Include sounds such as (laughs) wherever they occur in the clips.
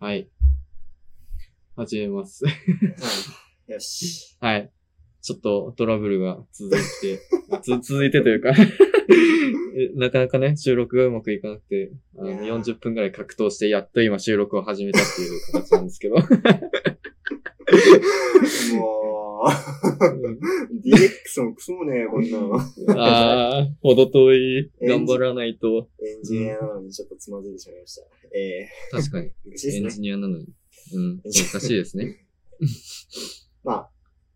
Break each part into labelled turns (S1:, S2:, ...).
S1: はい。始めます。 (laughs)
S2: はい。よし。
S1: はい。ちょっとトラブルが続いて、つ続いてというか (laughs) え、なかなかね、収録がうまくいかなくて、あの
S2: いやー
S1: 40分くらい格闘して、やっと今収録を始めたっていう形なんですけど。
S2: (laughs) もう、DX もクソもねえ、こんなの。
S1: ああ、ほど遠い。頑張らないと。
S2: エンジニアなのにちょっとつまずいてしまいました。え
S1: 確かに、
S2: ー、難しい
S1: エン
S2: です
S1: ジ
S2: ね。
S1: ニアなのに。うん、難しいですね。
S2: まあ、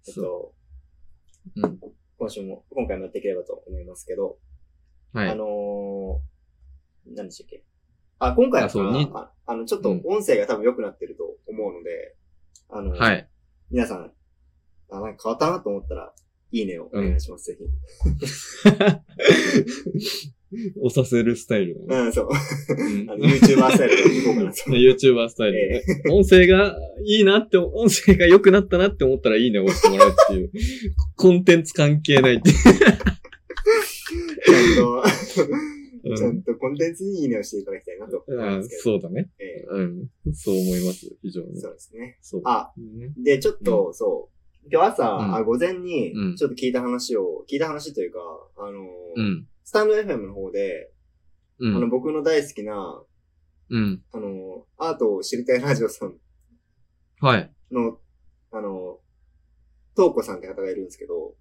S2: えっ
S1: そう。
S2: と、
S1: うん。
S2: 今週も、今回もやっていければと思いますけど、
S1: は
S2: あ
S1: い。
S2: のー、何でしたっけあ、今回
S1: あ
S2: は
S1: そうに
S2: ああの、ちょっと音声が多分良くなってると思うので、あの、
S1: はい。
S2: 皆さん、あ、なんか変わったなと思ったら、いいねをお願いします、ぜひ。
S1: おさせるスタイルだね。
S2: (laughs) うん、そう。
S1: うん
S2: あの、YouTuber スタイルでいこう (laughs) か
S1: (laughs)
S2: なと。
S1: YouTuber スタイルで、ね。音声がいいなって、音声が良くなったなって思ったらいいねを押してもらうって
S2: (laughs)
S1: いう。コンテンツ関係ないっていう。
S2: ちゃんと、
S1: (laughs) うん
S2: ちゃんとコンテンツにいいねをしていただきたいなと思い
S1: あ
S2: ますけど。
S1: そうだね。
S2: え
S1: うん。そう思います、非常
S2: え
S1: に
S2: そ。うですね。
S1: そう。
S2: あ、
S1: ね
S2: で、ちょっと、そう。今日朝、
S1: うん
S2: あ午前に
S1: うん、
S2: ちょっと聞いた話を、聞いた話というか、あのー、
S1: うん。
S2: スタンド FM の方で、
S1: う
S2: あの、
S1: ん。
S2: 僕の大好きな、
S1: うん。
S2: あのー、アートを知りたいラジオさん
S1: はい。
S2: の、あのー、トーコさんって方がいるんですけど、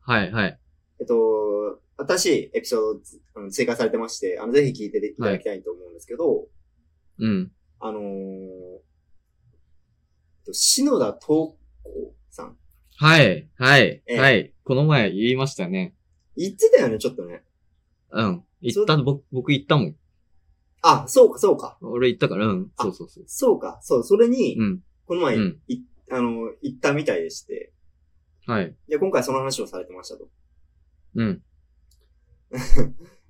S1: はい、はい。
S2: えっと、新しいエピソードつあの追加されてまして、あの、ぜひ聞いていただきたいと思うんですけど、
S1: うん。
S2: あのーえっと、篠田東子さん。
S1: はい、はい、
S2: ええ
S1: はい。この前言いましたね。
S2: 言ってたよね、ちょっとね。
S1: うん。言った、僕、僕言ったもん。
S2: あ、そうか、そうか。
S1: 俺言ったから、うん。そうそうそう。
S2: そうか、そう、それに、
S1: うん。
S2: この前、
S1: うん
S2: いあの、行ったみたいでして、
S1: はい。
S2: で、今回その話をされてましたと。 (laughs)
S1: うん。 (laughs)
S2: ま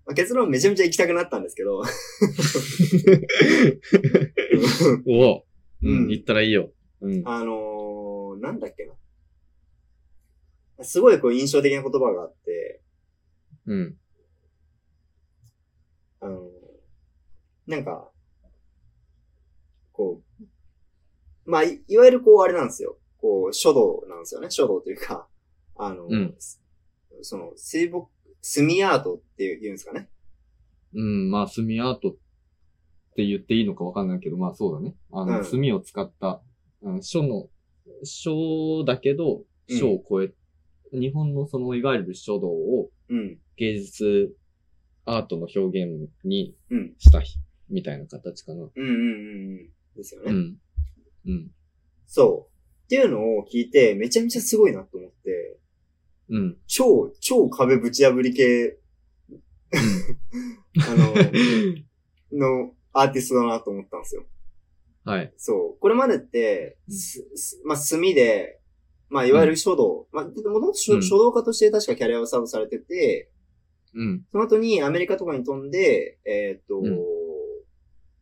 S2: あ、結論めちゃめちゃ行きたくなったんですけ
S1: (laughs)
S2: ど、
S1: おお。う
S2: うん
S1: ん。言ったらいいよ。うん。
S2: あのー、なんだっけな。すごいこう印象的な言葉があって、
S1: うん。
S2: あのー、なんか、こう、まあ、いいわゆるこう、あれなんですよ。こう、書道なんですよね。書道というか、あの、
S1: うん
S2: すその、水墨、墨アートっていう言うんですかね。
S1: うん、まあ、墨アートって言っていいのかわかんないけど、まあそうだね。あの、
S2: うん
S1: 墨を使った、うん、書の、書だけど、
S2: うん
S1: 書を超え、日本のその、いわゆる書道を
S2: うん。
S1: 芸術、アートの表現に
S2: うん。
S1: したひ、みたいな形かな。
S2: うんうんうんうん。ですよね。
S1: うん。うん。
S2: そう。っていうのを聞いて、めちゃめちゃすごいなと思って、
S1: うん。うん。
S2: 超、超壁ぶち破り系、 (laughs) あの、のアーティストだなと思ったんですよ。
S1: はい。
S2: そう。これまでって、
S1: うん
S2: すすまあ、墨で、まあ、いわゆる書道。まあ、でもともと書
S1: うん
S2: 書道家として確かキャリアをサーブされてて、
S1: うん。
S2: その後にアメリカとかに飛んで、えーっと、
S1: うん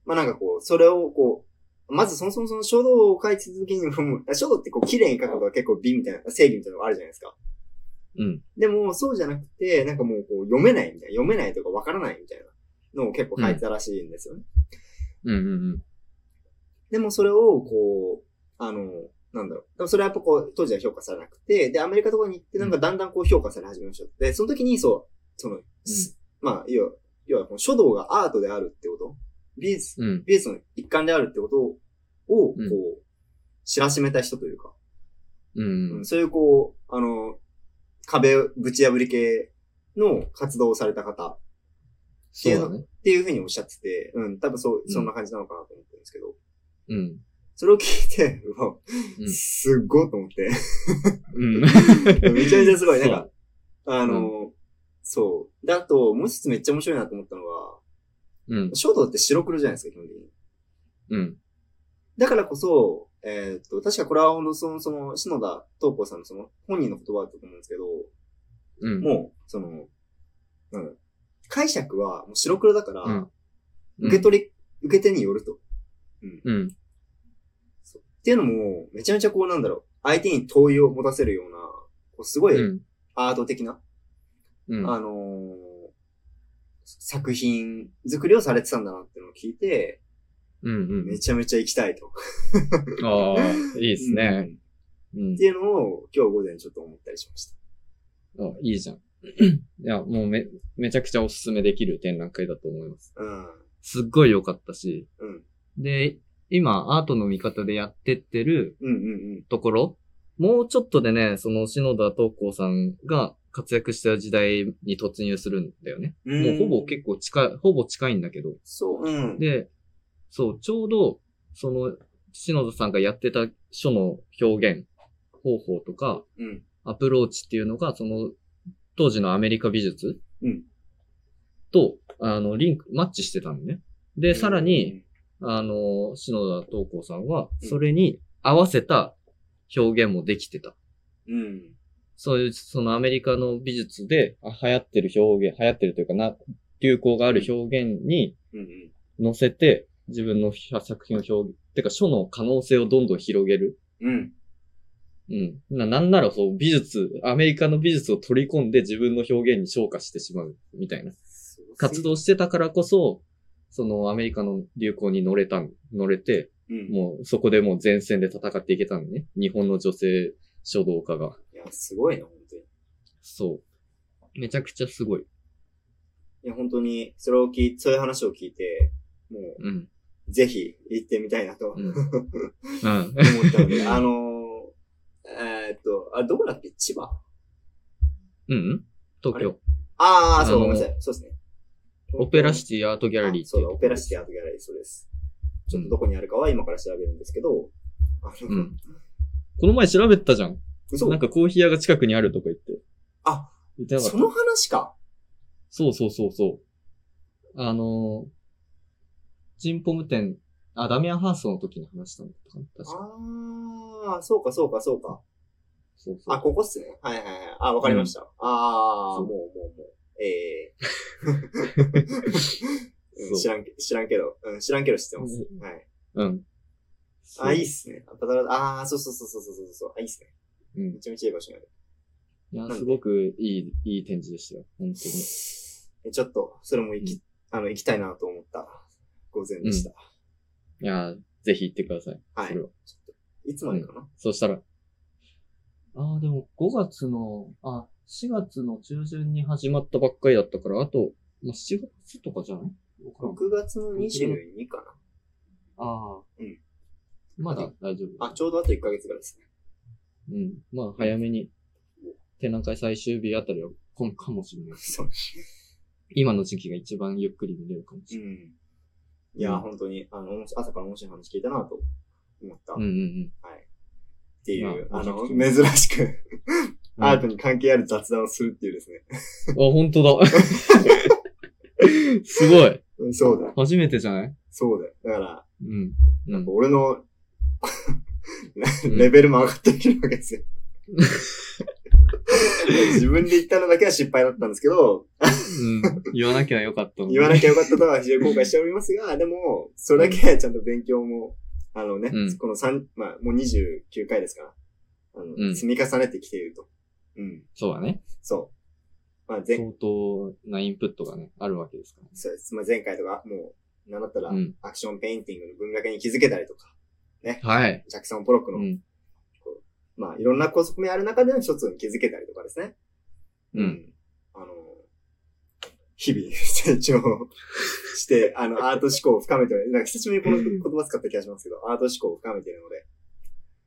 S2: まあ、なんかこう、それをこう、まずそもそもその書道を書いてた時にも、 (laughs) もう書道ってこう、綺麗に書くことは結構美みたいな、正義みたいなのがあるじゃないですか。
S1: うん。
S2: でも、そうじゃなくて、なんかもうこう、読めないみたいな、読めないとかわからないみたいなのを結構書いてたらしいんですよね。
S1: うん。うん。
S2: でもそれを、こう、あの、なんだろう。でもそれはやっぱこう、当時は評価されなくて、で、アメリカとかに行って、なんかだんだんこう評価され始めました。で、その時に、そう、その、すまあ、要は、要はこの書道がアートであるってこと、美術、
S1: うん。
S2: 美術の一環であるってことを、こ
S1: うん
S2: う、知らしめた人というか、
S1: う
S2: うんん。そういうこう、あの、壁ぶち破り系の活動をされた方っ
S1: そうだね。
S2: ていうふうにおっしゃってて、うん、多分そう
S1: う、ん
S2: そんな感じなのかなと思ってるんですけど、
S1: うん。
S2: それを聞いて、うわ
S1: う、ん
S2: すっごいと思って。
S1: うん。
S2: (laughs) めちゃめちゃすごい。なんか、あの、
S1: う
S2: そう。だと、もう一つめっちゃ面白いなと思ったのは、
S1: うん。
S2: 書道って白黒じゃないですか、基本的に。
S1: うん。
S2: だからこそ、えーっと、確かこれは、あのその、その、篠田東子さんのその、本人の言葉だと思うんですけど、
S1: うん。
S2: もう、その、なんだ解釈はもう白黒だから、
S1: うん
S2: 受け取り、受け手によると。
S1: うん。
S2: っていうのも、めちゃめちゃこうなんだろう、相手に問いを持たせるような、こうすご
S1: う
S2: い
S1: ん。
S2: アート的な、
S1: うん。
S2: あのー作品作りをされてたんだなっていうのを聞いて、
S1: うんうん。
S2: めちゃめちゃ行きたいと。
S1: ああ、いいですね。
S2: うん
S1: うん
S2: っ。ていうのを今日午前ちょっと思ったりしました。
S1: あいいじゃん。いや、もうめ、めちゃくちゃおすすめできる展覧会だと思います。
S2: うん。
S1: すっごい良かったし。
S2: うん。
S1: で、今、アートの見方でやってってる
S2: うんうん
S1: ところ、もうちょっとでね、その篠田東光さんが活躍した時代に突入するんだよね。
S2: うん。
S1: もうほぼ
S2: 構。
S1: 結構近い、ほぼ近いんだけど。
S2: そう。うん。
S1: で、そう、ちょうど、その、篠田さんがやってた書の表現方法とか、
S2: うん。
S1: アプローチっていうのが、その、当時のアメリカ美術
S2: うん
S1: と、あの、リンク、マッチしてたのね。で、さらに、、あの、篠田東光さんは、
S2: うん
S1: それに合わせた表現もできてた。
S2: うん。
S1: そういう、そのアメリカの美術で、あ流行ってる表現、流行ってるというかな、流行がある表現に、
S2: うんうん。
S1: 乗せて、自分の作品を表現、てか書の可能性をどんどん広げる。
S2: うん。
S1: うん。な、なんならそう、美術、アメリカの美術を取り込んで自分の表現に昇華してしまう、みたいな。活動してたからこそ、そのアメリカの流行に乗れた、乗れて、
S2: うん。
S1: もうそこでもう前線で戦っていけたのね。日本の女性書道家が。
S2: いや、すごいな、本当に。
S1: そう。めちゃくちゃすごい。
S2: いや、本当に、それを聞い、そういう話を聞いて、も
S1: うん。
S2: う、ぜひ、行ってみたいなと
S1: う
S2: 思
S1: ん。
S2: っ (laughs)
S1: うん。
S2: たので、あのー、えーっと、あ、どこだっけ千葉
S1: うん東京。
S2: ああ、そう、
S1: あの
S2: ごめんなさい。そうですね。
S1: オペラシ
S2: テ
S1: ティアートギャラリーって
S2: そ
S1: いうう
S2: だ、オペラシティアートギャラリー、そうです。ちょっとどこにあるかは今から調べるんですけど、あの
S1: うん。この前調べてたじゃん。
S2: 嘘
S1: なんかコーヒー屋が近くにあるとか言って。
S2: あ、
S1: 言ってなかった
S2: そ。の話か。
S1: そうそうそうそう。あのー、ジンポム店、あ、ダミアンハーストの時に話したんだったかな。確か。
S2: ああ、そうか、そうか、そうか。
S1: そうそう。
S2: あ、ここっすね。はいはいはい。あ、わかりました。ああ、
S1: そう
S2: もうもうもう。ええうん
S1: そう
S2: 知らんけ、知らんけど、うん、知らんけど知ってます。
S1: うん
S2: はい。
S1: うん。そう
S2: あ、いいっすね。あパタラあー、そうそうそうそうそうそうそう。あ、いいっすね。
S1: うん。
S2: めちゃめちゃいい場所にある。
S1: いや、すごくいい、いい展示でしたよ。本
S2: (laughs)
S1: 当に。
S2: えちょっと、それも行き、あの、行きたいなと思った午前でした。
S1: いやー、ぜひ行ってください。
S2: はい
S1: それは。
S2: いつまでかな、
S1: そうしたら。ああ、でも5月の、あ、4月の中旬に始まったばっかりだったから、あと、もう7月とかじゃないわからん
S2: ?6 月の22か
S1: ああ。
S2: うん。
S1: まだ大丈夫。
S2: なあ、ちょうどあと1ヶ月ぐらいですね。
S1: うん。まあ、早めに、展覧会最終日あたりは混むかもしれない。
S2: そう。
S1: 今の時期が一番ゆっくり見れるかもし
S2: う
S1: れない。
S2: ん。いや、
S1: うん
S2: 本当に、あの、面白朝から面白い話聞いたなと思った。
S1: うんうんうん。
S2: っていう、
S1: まあ
S2: あの、
S1: め
S2: 珍しく、アートに関係ある雑談をするっていうですね。
S1: うんあ、本当だ。 (laughs) すごい。
S2: うんそうだ、
S1: 初めてじゃない
S2: そうだ。だから、
S1: うん。うん。
S2: 俺の
S1: ん
S2: レベルも上がってきるわけですよ。
S1: (laughs)
S2: 自分で言ったのだけは失敗だったんですけど、
S1: うん言わなきゃよかったのに
S2: 言わなきゃよかったとは非常に後悔しております
S1: (laughs)
S2: が、でも、それだけちゃんと勉強も、あのね、
S1: うん
S2: この三まあ、もう29回ですから、あの、
S1: うん
S2: 積み重ねてきていると。うん、
S1: そうだね。
S2: そう。まあ、前
S1: 相当なインプットがね、あるわけですから。
S2: そうです。まあ、前回とか、もう、なんだったら
S1: う、ん。
S2: アクションペインティングの文学に気づけたりとか、
S1: はい。
S2: ジャクソン・ポロック
S1: う
S2: の、
S1: ん。
S2: まあ、いろんな校則面ある中での一つに気づけたりとかですね。
S1: うん。
S2: あの、日々成長して、 (laughs) あの、アート思考を深めてる。なんか久しぶりにこの言葉使った気がしますけど、アート思考を深めているので、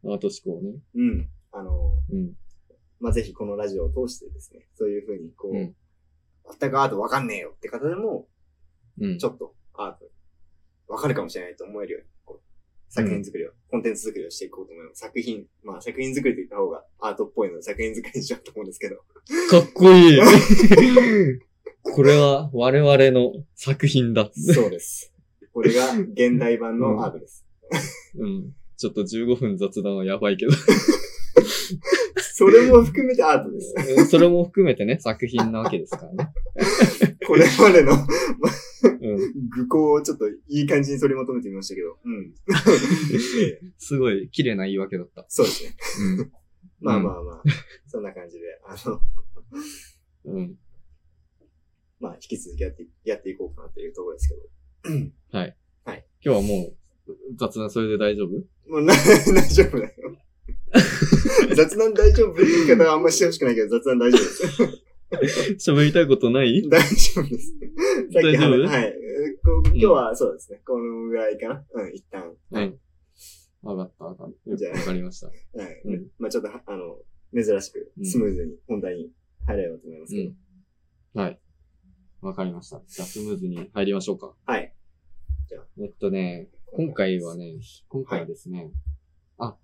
S1: アート思考ね。
S2: うん。あの、
S1: うん。
S2: まあ、ぜひこのラジオを通してですね、そういうふうに、こう、
S1: うん
S2: 全くアートわかんねえよって方でも、
S1: うん。
S2: ちょっとアート、わかるかもしれないと思えるように、こう、作品作りを、コンテンツ作りをしていこうと思います。作品、まあ作品作りと言った方がアートっぽいので作品作りにしようと思うんですけど。
S1: かっこいい。 (laughs) これは我々の作品だ。
S2: そうです。これが現代版のアートです。
S1: うん。ちょっと15分雑談はやばいけど。
S2: それも含めてアー
S1: (laughs)
S2: トです。
S1: それも含めてね、作品なわけですからね。
S2: これまでの (laughs)
S1: うん。
S2: 愚行をちょっといい感じに取りまとめてみましたけど。うん。ええ
S1: すごい綺麗な言い訳だった。
S2: そうですね。まあまあまあ、そんな感じで、あ
S1: (laughs) う
S2: の、
S1: ん。うん。
S2: まあ引き続きやって、やっていこうかなというところですけど。
S1: はい。
S2: はい。
S1: 今日はもう、雑談それで大
S2: (laughs)
S1: 丈夫
S2: もうな、大丈夫だよ。 (laughs) 雑談大丈夫って言い方はあんましてほしくないけど、雑談大丈夫で
S1: (laughs)
S2: す。
S1: 喋りたいことない
S2: 大丈夫です。さっき
S1: 大丈夫
S2: 話はい。こ今日はそうですね。このぐらいかな。うん、一旦。
S1: は
S2: はい。
S1: い。わかった、わかった
S2: じゃあ
S1: わかりました。
S2: はい
S1: うん
S2: まあちょっとは、あの、珍しく、スムーズに本題に入れようと思いますけど。
S1: うん。はい。わかりました。じゃあスムーズに入りましょうか。
S2: はい。
S1: えっとね、今回はね、今回はですね、あ、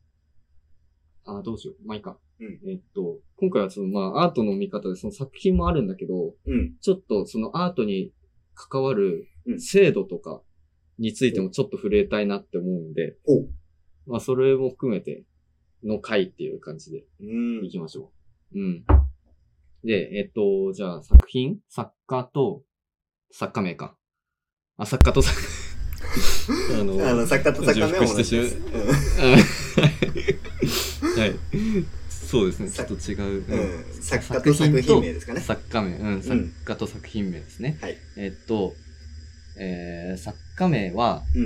S1: あ、どうしよう。まあいいか。
S2: うん
S1: えっと、今回はその、まあアートの見方で、その作品もあるんだけど、
S2: うん。
S1: ちょっとそのアートに関わる
S2: うん
S1: 制度とかについてもちょっと触れたいなって思うんで、
S2: ほう。
S1: まあそれも含めての回っていう感じで
S2: うん
S1: い。きましょう。うん。で、えっと、じゃあ作品作家と、作家名か。あ、作家と作
S2: (laughs)
S1: あの
S2: あの、作家と作家名は同じで
S1: 重
S2: す。
S1: (laughs) はい。そうですね。ちょっと違う。
S2: うん
S1: うん
S2: うん作家と作品名ですかね。
S1: 作家名、うん、作家と作品名ですね。
S2: はい。
S1: えっと、えー、作家名は、
S2: う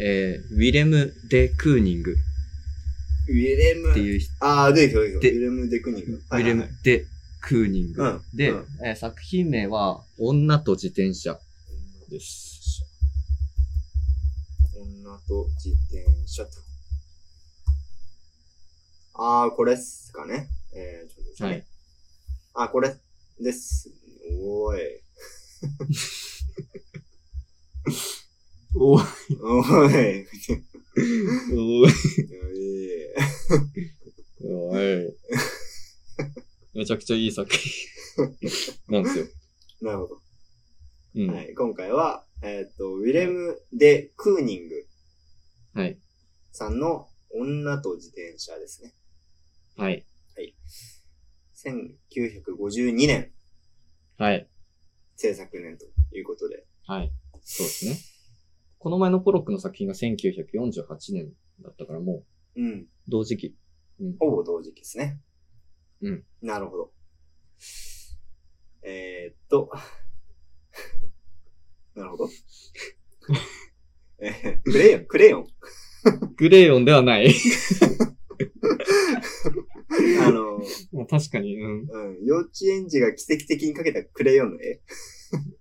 S2: ん。
S1: えー、ウィレム・デ・クーニング
S2: ウィレム
S1: って。いう人、
S2: ああ、出てきた、
S1: で
S2: 出てきた。ウィレム・デクニング。
S1: ウィレム・デ・クーニング。
S2: うん
S1: で、
S2: うん
S1: えー作品名は、女と自転車です。
S2: 女と自転車と。ああ、これっすかね。えー、ちょっとですね。
S1: はい。
S2: あ、これです。おーい。
S1: おー
S2: お
S1: (laughs)
S2: ーい。 (laughs)
S1: おー
S2: え
S1: おい。めちゃくちゃいい作品なんですよ。
S2: ーなるほど。
S1: うん。は。
S2: はいい、今回は、えっ、と、ウィレム・デ・クーニング
S1: はい。
S2: さんの女と自転車ですね。
S1: はい。
S2: 1952年
S1: はい。
S2: 制作年ということで。
S1: そうですね。この前のポロックの作品が1948年だったからもう
S2: うん。
S1: 同時期。
S2: ほぼ同時期ですね。
S1: うん。
S2: なるほど。えー、っと。 (laughs) なるほど。えークレヨン、クレヨン。
S1: グレーヨンではない。
S2: あの、
S1: まあ (laughs) 確かに、うん。
S2: うん、幼稚園児が奇跡的にかけたクレヨンの絵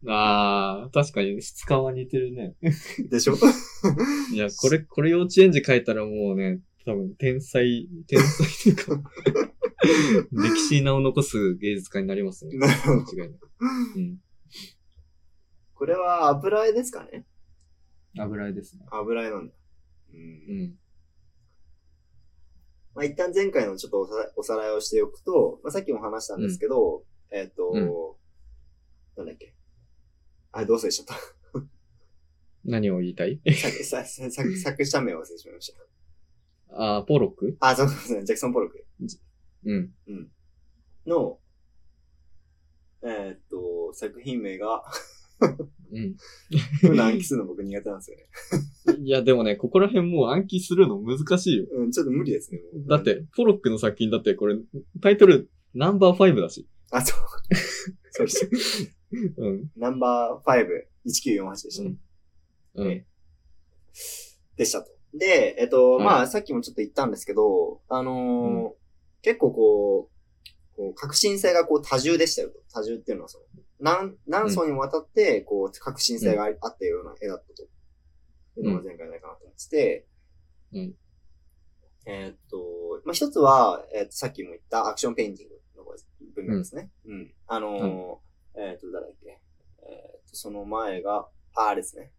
S1: ああ、確かに質感は似てるね。
S2: でしょ (laughs)
S1: いや、これ、これ幼稚園児描いたらもうね、多分天才、天才というか、 (laughs) 歴史に名を残す芸術家になりますね。
S2: なるほど。
S1: 間違いなく。うん。
S2: これは油絵ですかね
S1: 油絵ですね。
S2: 油絵なんだ。う。
S1: うんん。
S2: まあ、一旦前回のちょっとおさおさらいをしておくと、まあ、さっきも話したんですけど、えっ、と、
S1: うん
S2: なんだっけ。あ、どうせしちゃった。
S1: 何を言いたい (laughs)
S2: 作、作、作、作者名忘れてしまいました。
S1: ああ、ポロック
S2: あ、そうそうそう、ジャクソン・ポロック
S1: うん。
S2: の、えーっと、作品名が、
S1: うん。
S2: 普段暗記するの僕苦手なんですよね。
S1: いや、でもね、ここら辺もう暗記するの難しいよ。
S2: うん、ちょっと無理ですね。もう
S1: だっ。て、ポロックの作品だって、これ、タイトル、ナンバー5だし。
S2: あ、そう。そうでした。
S1: うん。
S2: ナンバー51948でした。
S1: うんうん。
S2: でしたと。で、えっと、
S1: はい
S2: まあ、さっきもちょっと言ったんですけど、あのー結構こう、こう革新性がこう多重でしたよと。多重っていうのはその、何、何層にもわたって、こう、革新性がありあったような絵だったと。いうのが前回ないかなと思ってて、
S1: うん
S2: えーっと、まあ、一つは、えーっと、さっきも言ったアクションペインティングの分野ですね。うん。あのーえーっと、誰だっけ。えーっと、その前が、ああれですね。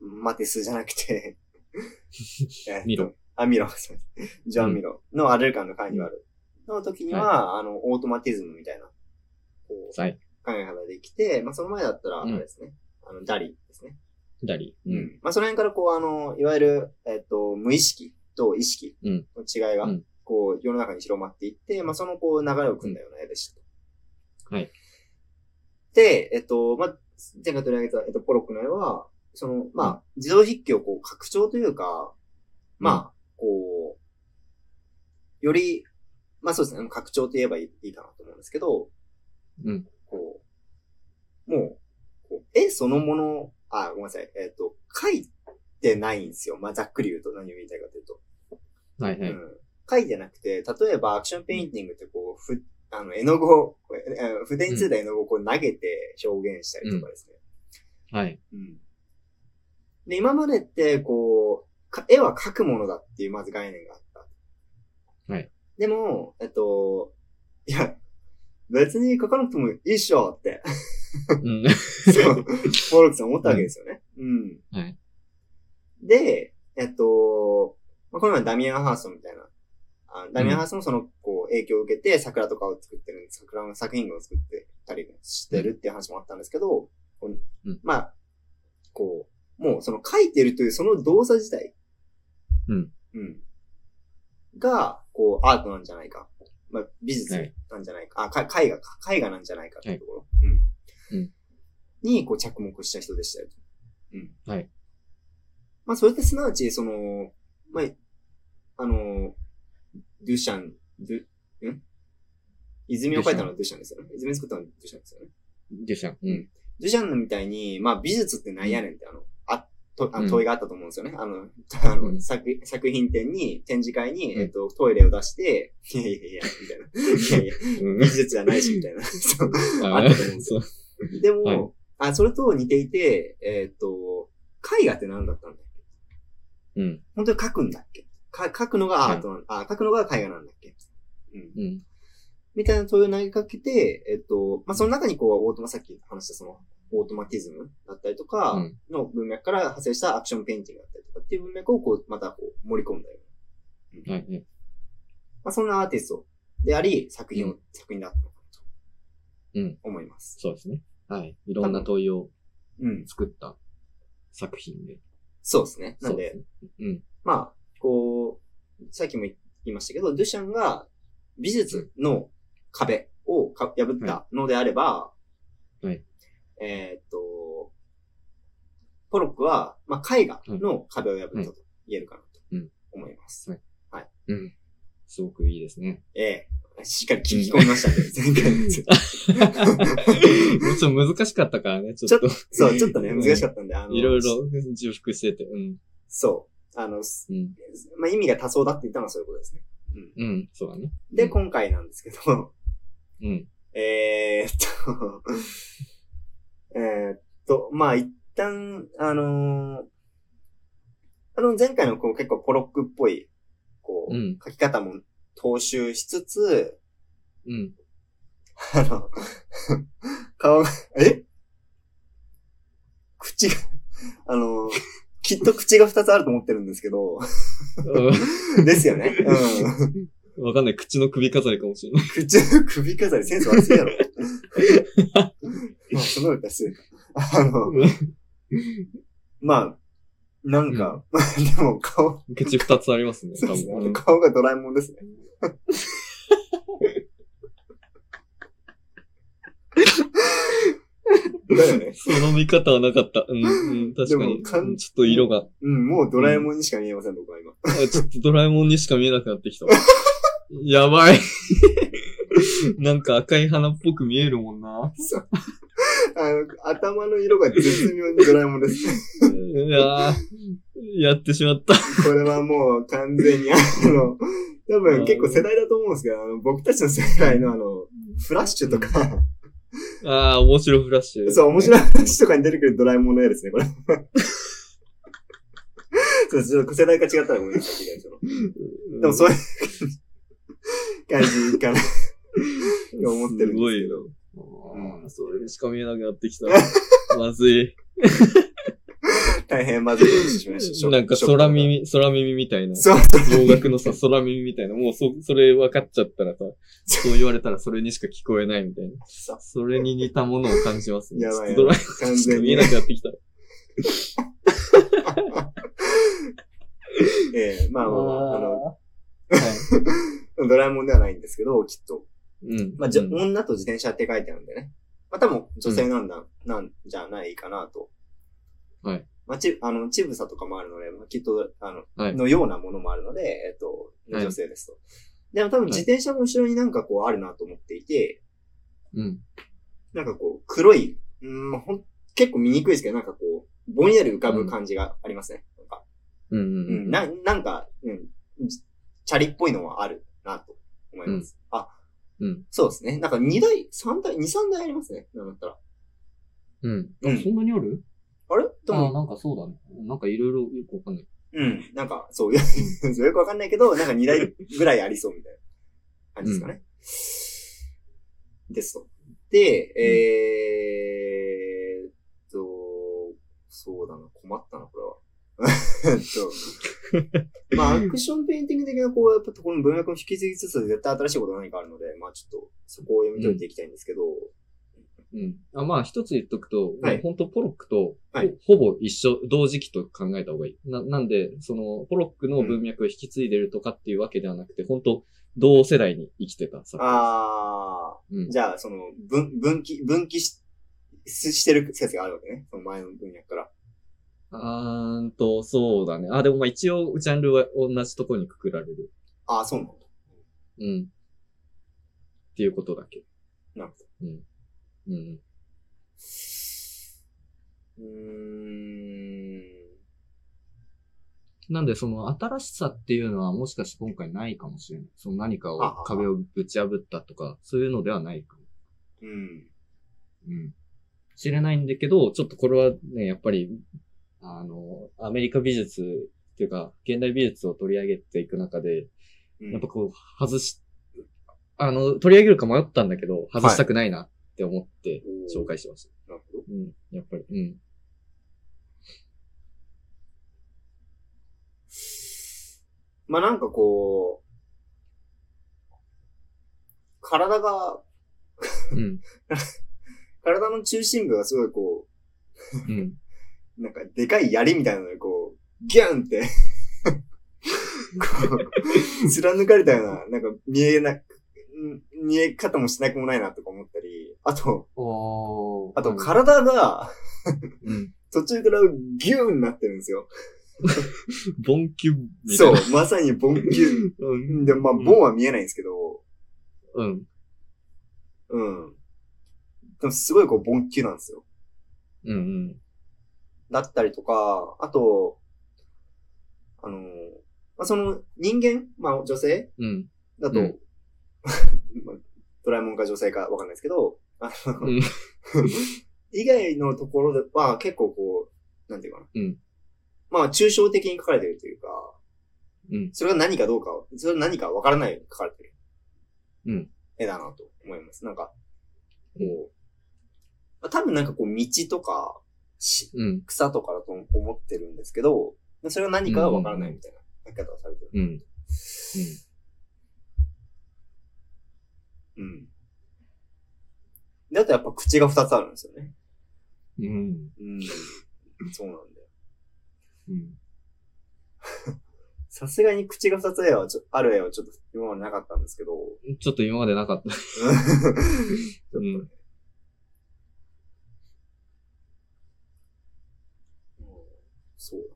S2: マティスじゃなく (laughs) て、えーっと
S1: ミロ。
S2: あ、ミロ、そうですジョン・ミロのアルカンのカーニバルの時には、あの、オートマティズムみたいな、こう、
S1: はい。
S2: 考え方できて、まあ、その前だったら、あれですね。あの、ダリですね。
S1: 左。う。
S2: うんん。まあ、その辺からこう、あの、いわゆる、えっと、無意識と意識
S1: う
S2: の
S1: ん
S2: 違いが
S1: うん、
S2: こう、世の中に広まっていって、まあ、そのこう、流れを組んだような絵でした。
S1: はい。
S2: で、えっと、まあ、前回取り上げた、えっと、ポロックの絵は、その、まあ、自動筆記をこう、拡張というか、まあ、こう、より、まあそうですね、拡張と言えばいいいいかなと思うんですけど、
S1: うん。
S2: こう、もう、こう絵そのもの、あ、ごめんなさい、えっ、と、描いてないんですよ。まあ、ざっくり言うと何を言いたいかというと。
S1: はいは
S2: う
S1: い。
S2: ん、絵じゃなくて、例えばアクションペインティングってこう、ふあの絵の具を、えあ筆についた絵の具をこう投げて表現したりとかですね。
S1: はい。
S2: うんで、今までって、こう、か絵は描くものだっていう、まず概念があった。
S1: はい。
S2: でも、えっと、いや、別に描かなくてもいいっしょって、
S1: (laughs) うん。
S2: (laughs) そう、モロックさん思ったわけですよね。うん。
S1: はい。
S2: で、えっと、まあ、この前ダミアン・ハーストみたいな。あダミアン・ハーストもその、こう、影響を受けて桜とかを作ってるんで、桜の作品を作ってたりしてるっていう話もあったんですけど、こう
S1: うん
S2: まあ、こう、もうその書いてるというその動作自体。
S1: うん。
S2: うん。が、こう、アートなんじゃないか。まあ、美術
S1: はい
S2: なんじゃないか。あか、絵画か。絵画なんじゃないかっていうところ。
S1: うん
S2: うん
S1: う。
S2: に、こう、着目した人でしたよ。うん。
S1: はい。
S2: まあ、それってすなわち、その、まあ、あの、ドゥシャン、ドゥ、ん泉を書いたのはドゥシャンですよね。泉作ったのはドゥシャンですよね。
S1: デュシャン。うん。
S2: ドゥシャンのみたいに、まあ、美術ってなんやねんって、あの、あ、と、あ
S1: う
S2: の
S1: ん
S2: 問いがあったと思うんですよね。
S1: (laughs)
S2: あの、あの、
S1: うん
S2: 作、作品展に、展示会に、
S1: うん
S2: えっと、トイレを出して、いやいやいや、みたいな。いやいや、
S1: うん
S2: 美術じゃないし、みたいな。 (laughs) そう。
S1: あ
S2: あったと思うんです
S1: (laughs) そう。
S2: でも、
S1: はい
S2: あ、それと似ていて、えっと、絵画って何だったんだっけ
S1: うん。
S2: 本当に書くんだっけか書くのがアートなん、あ、書くのが絵画なんだっけうん。
S1: うん。
S2: みたいな問いを投げかけて、えっと、まあ、その中にこう、オートマ、さっき話したその、オートマティズムだったりと
S1: う
S2: か
S1: ん、
S2: の文脈から派生したアクションペインティングだったりとかっていう文脈をこう、またこう、盛り込んだような。うん
S1: はいはい。
S2: まあ、そんなアーティストであり、作品を、作品だったのか
S1: う
S2: なんと。思います。
S1: そうですね。はい。いろんな問いを
S2: うん。
S1: 作った作品で。
S2: そうですね。な
S1: そ
S2: ん
S1: う
S2: で、
S1: ですね。うん。
S2: まあ、こう、さっきも言いましたけど、ドゥシャンが美術の壁をか破ったのであれば、
S1: はい
S2: えーっと、ポロックは、まあ、絵画の壁を破ったと言えるかな
S1: うん
S2: と思います。
S1: うん。すごくいいです
S2: (laughs)
S1: ね。
S2: ええしっかり聞き込みました
S1: (laughs)
S2: ね、前回のやつ
S1: ちょっと難しかったからね、ちょっと。
S2: そう、ちょっとね、難しかったんで、あの、
S1: いろい。ろ重複してて。うん。
S2: そう。あの、す
S1: うん。
S2: まあ、意味が多層だって言ったのはそういうことですね。うん、
S1: うん。そうだね。う
S2: で、
S1: ん
S2: 今回なんですけど、
S1: うん。
S2: えーっと、 (laughs) えーっと、まあ一旦、あのーあの前回のこう結構ポロックっぽい、こう、
S1: うん
S2: 書き方も踏襲しつつ、
S1: うん。
S2: あの、 (laughs) 顔が、え口が、あのーきっと口が二つあると思ってるんですけど、
S1: う
S2: ですよね。うん。
S1: んわかんない。口の首飾りかもしれない。
S2: 口の首飾りセンス悪すぎやろ。まあ、その歌するか。あの、 (laughs) まあ、なんか、 (laughs) でも顔、
S1: 口二つありますね。
S2: そうです
S1: 多分う
S2: ね。
S1: ん
S2: 顔がドラえもんですね。だよね。
S1: その見方はなかった。うん。うん確か
S2: でも
S1: に。
S2: かん
S1: うんちょっと色が。
S2: うん、もうドラえもんにしか見えません、僕は今。
S1: あちょっとドラえもんにしか見えなくなって
S2: (laughs)
S1: きたわ。やばい。 (laughs) なんか赤い花っぽく見えるもんな。
S2: そうあの頭の色が絶妙にドラえもんです。
S1: いやー、やってしまった。
S2: これはもう完全に、あの、多分結構世代だと思うんですけど、あの僕たちの世代のあの、フラッシュとか、
S1: ああ、面白フラッシュ。
S2: そう、面白
S1: い。
S2: い話とかに出てくるドラえもんの絵ですね、これ。 (laughs) そう、ちょっと世代が違ったらごめんなさい、意外とでもそういう感じかな。
S1: う
S2: 思ってる
S1: す
S2: んですけど
S1: ごいよ。
S2: う
S1: あーそれしか見えなくなってき
S2: (laughs)
S1: た。まずい。
S2: 大変まずいことしました。
S1: なんか空。耳、空耳みたいな。
S2: そう、
S1: 洋楽のさ、空耳みたいな。もうそ、それ分かっちゃったらさ、そう言われたらそれにしか聞こえないみたいな。
S2: そう
S1: それに似たものを感じますね。
S2: やばい
S1: ちょっとドラえ
S2: 完
S1: もんしか
S2: 全
S1: 見
S2: に
S1: え。なくなってきた。
S2: ええまあまあまあ、あの、
S1: はい。
S2: (laughs) ドラえもんではないんですけど、きっと。
S1: うん。
S2: まあ、じゃ、
S1: うん
S2: 女と自転車って書いてあるんでね。まあ、多分女性なんだ、なんじゃないかなと。
S1: はい。
S2: まあ、ち、あの、ちぶさとかもあるので、まあ、きっと、あの、
S1: はい
S2: (laughs) のようなものもあるので、えっと、
S1: はい
S2: 女性ですと。でも多分自転車も後ろになんかこうあるなと思っていて、
S1: うん。
S2: なんかこう、黒い、うんほん、結構見にくいですけど、なんかこう、ぼんやり浮かぶ感じがありますね。なんか
S1: うんう
S2: うんん、な、なんか、うん、チャリっぽいのはあるなと思います。あ、
S1: うん
S2: そうですね。なんか2台、3台、2、3台ありますね。なんだったら。
S1: うん。
S2: う
S1: うん。そ
S2: ん。
S1: んなにある
S2: あれで
S1: ああ、
S2: も、
S1: なんかそうだね。なんかいろいろよくわかんない。
S2: うん。なんか、そう、 (laughs) よよくわかんないけど、なんか2台ぐらいありそうみたいな感じですかね。ですと。で、えーっと、そうだな、困ったな、これは。 (laughs) えっとまあ、アクションペインティング的な、こう、やっぱところの文脈も引き継ぎつつ、絶対新しいことが何かあるので、まあちょっと、そこを読み解いていきたいんですけど、
S1: うん。あまあ、一つ言っとくと、
S2: はい
S1: 本当ポロックと、
S2: はい
S1: ほほぼ一緒、同時期と考えた方がいい。な、なんで、その、ポロックの文脈を引き継いでるとかっていうわけではなくて、本当同世代に生きてたさ。
S2: あ
S1: うん
S2: ー、。じゃあ、その、分、分岐、分岐し、ししてる説があるわけね。その前の文脈から。
S1: あーんと、そうだね。あ、でもまあ一応、ジャンルは同じとこにくくられる。
S2: ああ、そうなんだ。
S1: うん。っていうことだけ。
S2: なるほ
S1: うん。うん。
S2: うーん。
S1: なんで、その新しさっていうのはもしかして今回ないかもしれない。その何かを
S2: あは、は
S1: 壁をぶち破ったとか、そういうのではないかも。
S2: う
S1: う
S2: ん。
S1: ん。知れないんだけど、ちょっとこれはね、やっぱり、あの、アメリカ美術っていうか、現代美術を取り上げていく中で、
S2: うん
S1: やっぱこう、外し、あの、取り上げるか迷ったんだけど、外したくないなって思って
S2: おー
S1: 紹介しました。
S2: なるほど。
S1: うん、やっぱり、うん。
S2: まあなんかこう、体が、
S1: うん、
S2: 体の中心部がすごいこ
S1: うん。
S2: う、なんかでかい槍みたいなのでこう、ギャンって、こう、貫かれたような、なんか見えな、ん見え方もしなくもないなとか思ったり、あと、
S1: お
S2: あと体が
S1: うん。
S2: 途中からギューになってるんですよ。
S1: ボンキュみた
S2: そ
S1: いうな。、
S2: まさにボンギュー。
S1: う
S2: で、まあ、ボンは見えないんですけど、
S1: うん。
S2: うん。でもすごいこう、ボンキュなんですよ。
S1: うん、うん。
S2: だったりとか、あと、あの、まあ、その人間、まあ、女性
S1: うん。
S2: だと、
S1: うん
S2: (laughs) まあドラえもんか女性かわかんないですけど、あの
S1: うん
S2: (laughs) 以外のところでは結構こう、なんていうかな。
S1: うん
S2: まあ、抽象的に書かれてるというか、
S1: うん。
S2: それが何かどうか、それが何かわからないように書かれてる。
S1: うん
S2: 絵だなと思います。なんか、
S1: うん
S2: こう、多分なんかこう、道とか、し
S1: うん。
S2: 草とかだと思ってるんですけど、それは何かはわからないみたいな書き方がされてる。
S1: うん。うん。
S2: うん。で、あとやっぱ口が二つあるんですよね。
S1: うん。
S2: うん。そうなんだよ。
S1: うん。
S2: さすがに口が二つ絵はちょ、ある絵はちょっと今までなかった
S1: (laughs)
S2: んですけど、
S1: ちょっと今までなかった。
S2: ちょっとね。うんそうだ。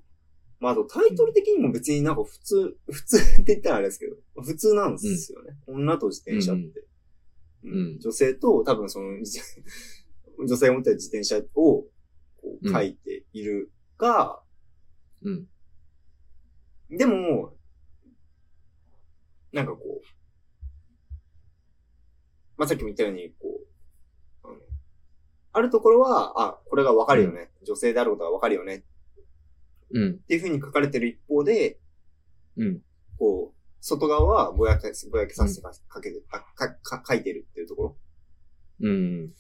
S2: まあ、あとタイトル的にも別になんか普通、 (laughs) 普通って言ったらあれですけど、普通なんですよね。女と自転車って。
S1: んうんうん
S2: 女性と多分その、自女性が持ってる自転車 (laughs) をこう書いているが、
S1: うん。
S2: でも、なんかこう、まあ、さっきも言ったように、こう、あのあるところは、あ、これがわかるよね。女性であることがわかるよね。
S1: うん。
S2: っていうふうに書かれてる一方で、
S1: うん。
S2: こう、外側はぼやけ、ぼやけさせてかかけて、あか、か、書いてるっていうところ。
S1: うん。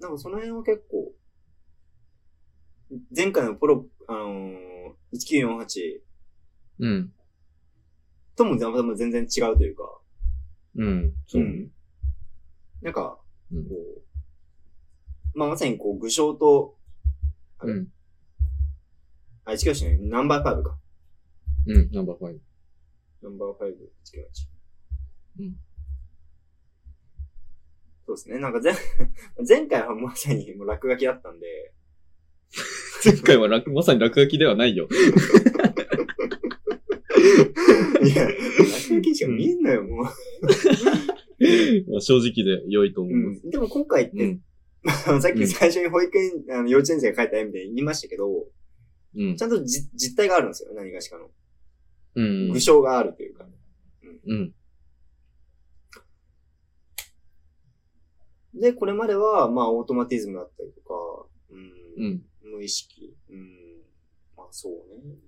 S2: なんかその辺は結構、前回のポロ、あのー、1948
S1: うん。
S2: ともたまたま全然違うというか、
S1: うん。そう。
S2: ん。なんか、
S1: うん
S2: こう、まあ、まさにこう、具象と、
S1: うん。
S2: あ、1 9しない、ナンバーファイブか。
S1: うん。ナンバーファイブ。
S2: ナンバーファイブ、198。
S1: うん。
S2: そうですね。なんか前、 (laughs) 前回はまさにもう落書きだったんで、
S1: 前回は楽、まさに落書きではないよ。
S2: いや、落書きしか見えんのよ、もう。
S1: まあ正直で良いと思います。
S2: うんでも今回って、
S1: うん。
S2: あのさっき最初に保育園、あの幼稚園生が描いた絵みたいに言いましたけど、
S1: うん
S2: ち。ゃんとじ実態があるんですよ、何がしかの。
S1: うん
S2: 具。象があるというか。
S1: うん。
S2: で、これまでは、まあ、オートマティズムだったりとか、
S1: う。
S2: うんん、無意識。うん、まあ、そうね。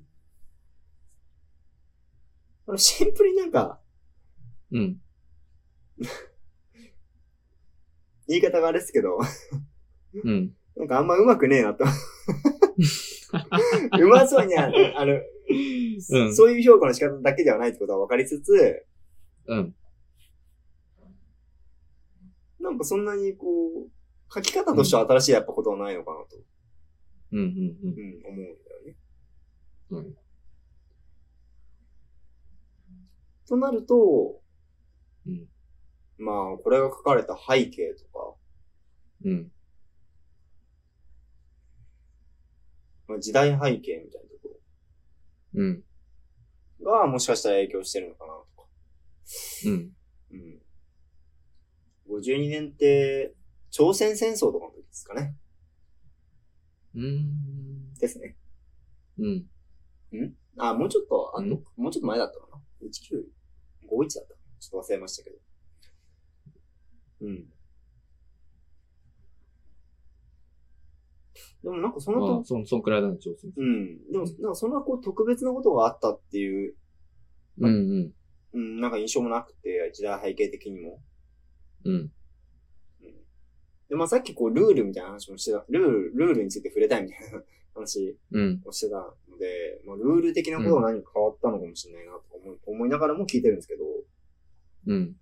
S2: あの、シンプルになんか、
S1: うん。
S2: 言い方があれですけど、 (laughs)
S1: うん。
S2: なんかあんまうまくね
S1: (laughs)
S2: えなと。うまそうには、あの、
S1: うん
S2: そういう評価の仕方だけではないってことは分かりつつ、
S1: うん。
S2: なんかそんなにこう、書き方としては新しいやっぱことはないのかなと、
S1: うん。うん
S2: うん、思うんだよね。
S1: うん。
S2: となると、
S1: うん
S2: まあ、これが書かれた背景とか、
S1: うん。
S2: まあ、時代背景みたいなとこ
S1: うん。
S2: ろが、もしかしたら影響してるのかなとか。
S1: うん。
S2: うん。52年って、朝鮮戦争とかの時ですかね。
S1: うん。
S2: ですね。
S1: うん。
S2: あ、もうちょっと、あと、
S1: うん
S2: もうちょっと前だったかな。1951だった。ちょっと忘れましたけど。うん。でもなんかその
S1: まあ、
S2: と、
S1: そん、そんくらいだね、挑戦。
S2: うん。でも、なんかそんなこう特別なことがあったっていう、
S1: うんうん。
S2: うん、なんか印象もなくて、時代背景的にも。
S1: うん。
S2: で、まあさっきこうルールみたいな話もしてた、ルール、ルールについて触れたいみたいな話
S1: うん。
S2: をしてたので、まあルール的なことが何か変わったのかもしれないなと思い,、思いながらも聞いてるんですけど、
S1: うん。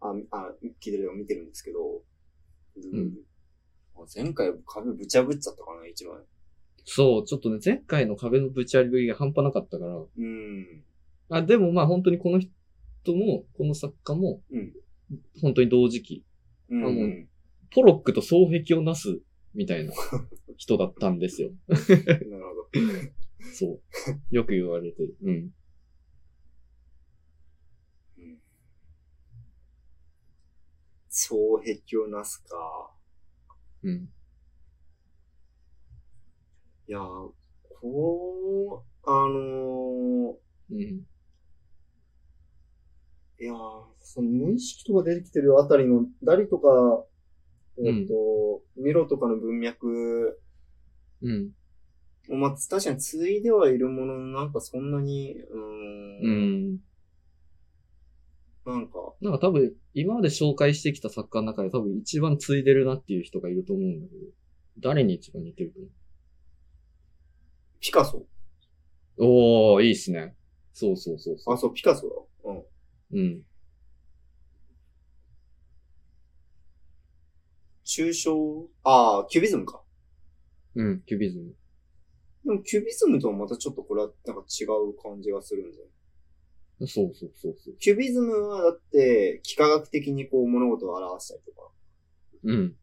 S2: あ、あ、聞いてるよ、見てるんですけど、ルール
S1: うん
S2: あ前回壁ぶち破っちゃったかな、一番。
S1: そう、ちょっとね、前回の壁のぶち破りが半端なかったから。
S2: うん。
S1: あ、でもまあ本当にこの人も、この作家も、
S2: うん
S1: 本当に同時期、
S2: う
S1: あ
S2: ん。
S1: もう
S2: うん
S1: ポロックと双璧をなす、みたい
S2: (laughs)
S1: な人だったんですよ。
S2: なるほど。
S1: そう。よく言われてる。うん。
S2: うん双璧をなすか。
S1: うん。
S2: いやー、こう、あの
S1: うん。
S2: ー、いやー、その無意識とか出てきてるあたりの、ダリとか、えっ、と、ミロとかの文脈
S1: うん。
S2: を、まあ、確かに継いではいるものの、なんかそんなに、う
S1: う
S2: ーん、
S1: ん。
S2: なんか、
S1: なんか多分、今まで紹介してきた作家の中で多分一番継いでるなっていう人がいると思うんだけど、誰に一番似てると
S2: ピカソ。
S1: 思うおー、いいっすね。そうそうそうそ
S2: あ、
S1: う。
S2: そう、ピカソだ。うん。
S1: うん。
S2: 抽象、ああ、キュビズムか。
S1: うん、キュビズム。
S2: でも、キュビズムとはまたちょっとこれは、なんか違う感じがするんだよね。
S1: そうそうそうそう。
S2: キュビズムはだって、幾何学的にこう物事を表したりとか、
S1: うん。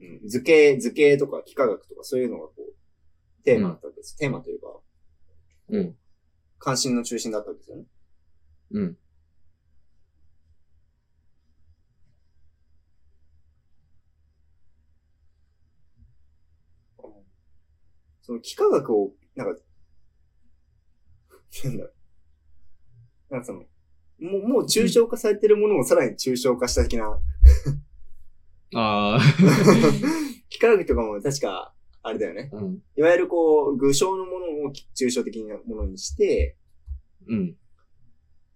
S2: うん図形、図形とか幾何学とかそういうのがこう、テーマだったわけです。テーマというか、
S1: うん。
S2: 関心の中心だったわけですよね。
S1: うん。
S2: その幾何学を、なんか、 (laughs) なんだろう。なんかその、もう、もう抽象化されてるものをさらに抽象化した的な。
S1: あ
S2: 幾何学とかも確か、あれだよね。
S1: ー。うん。
S2: いわゆるこう、具象のものを抽象的なものにして、
S1: うん。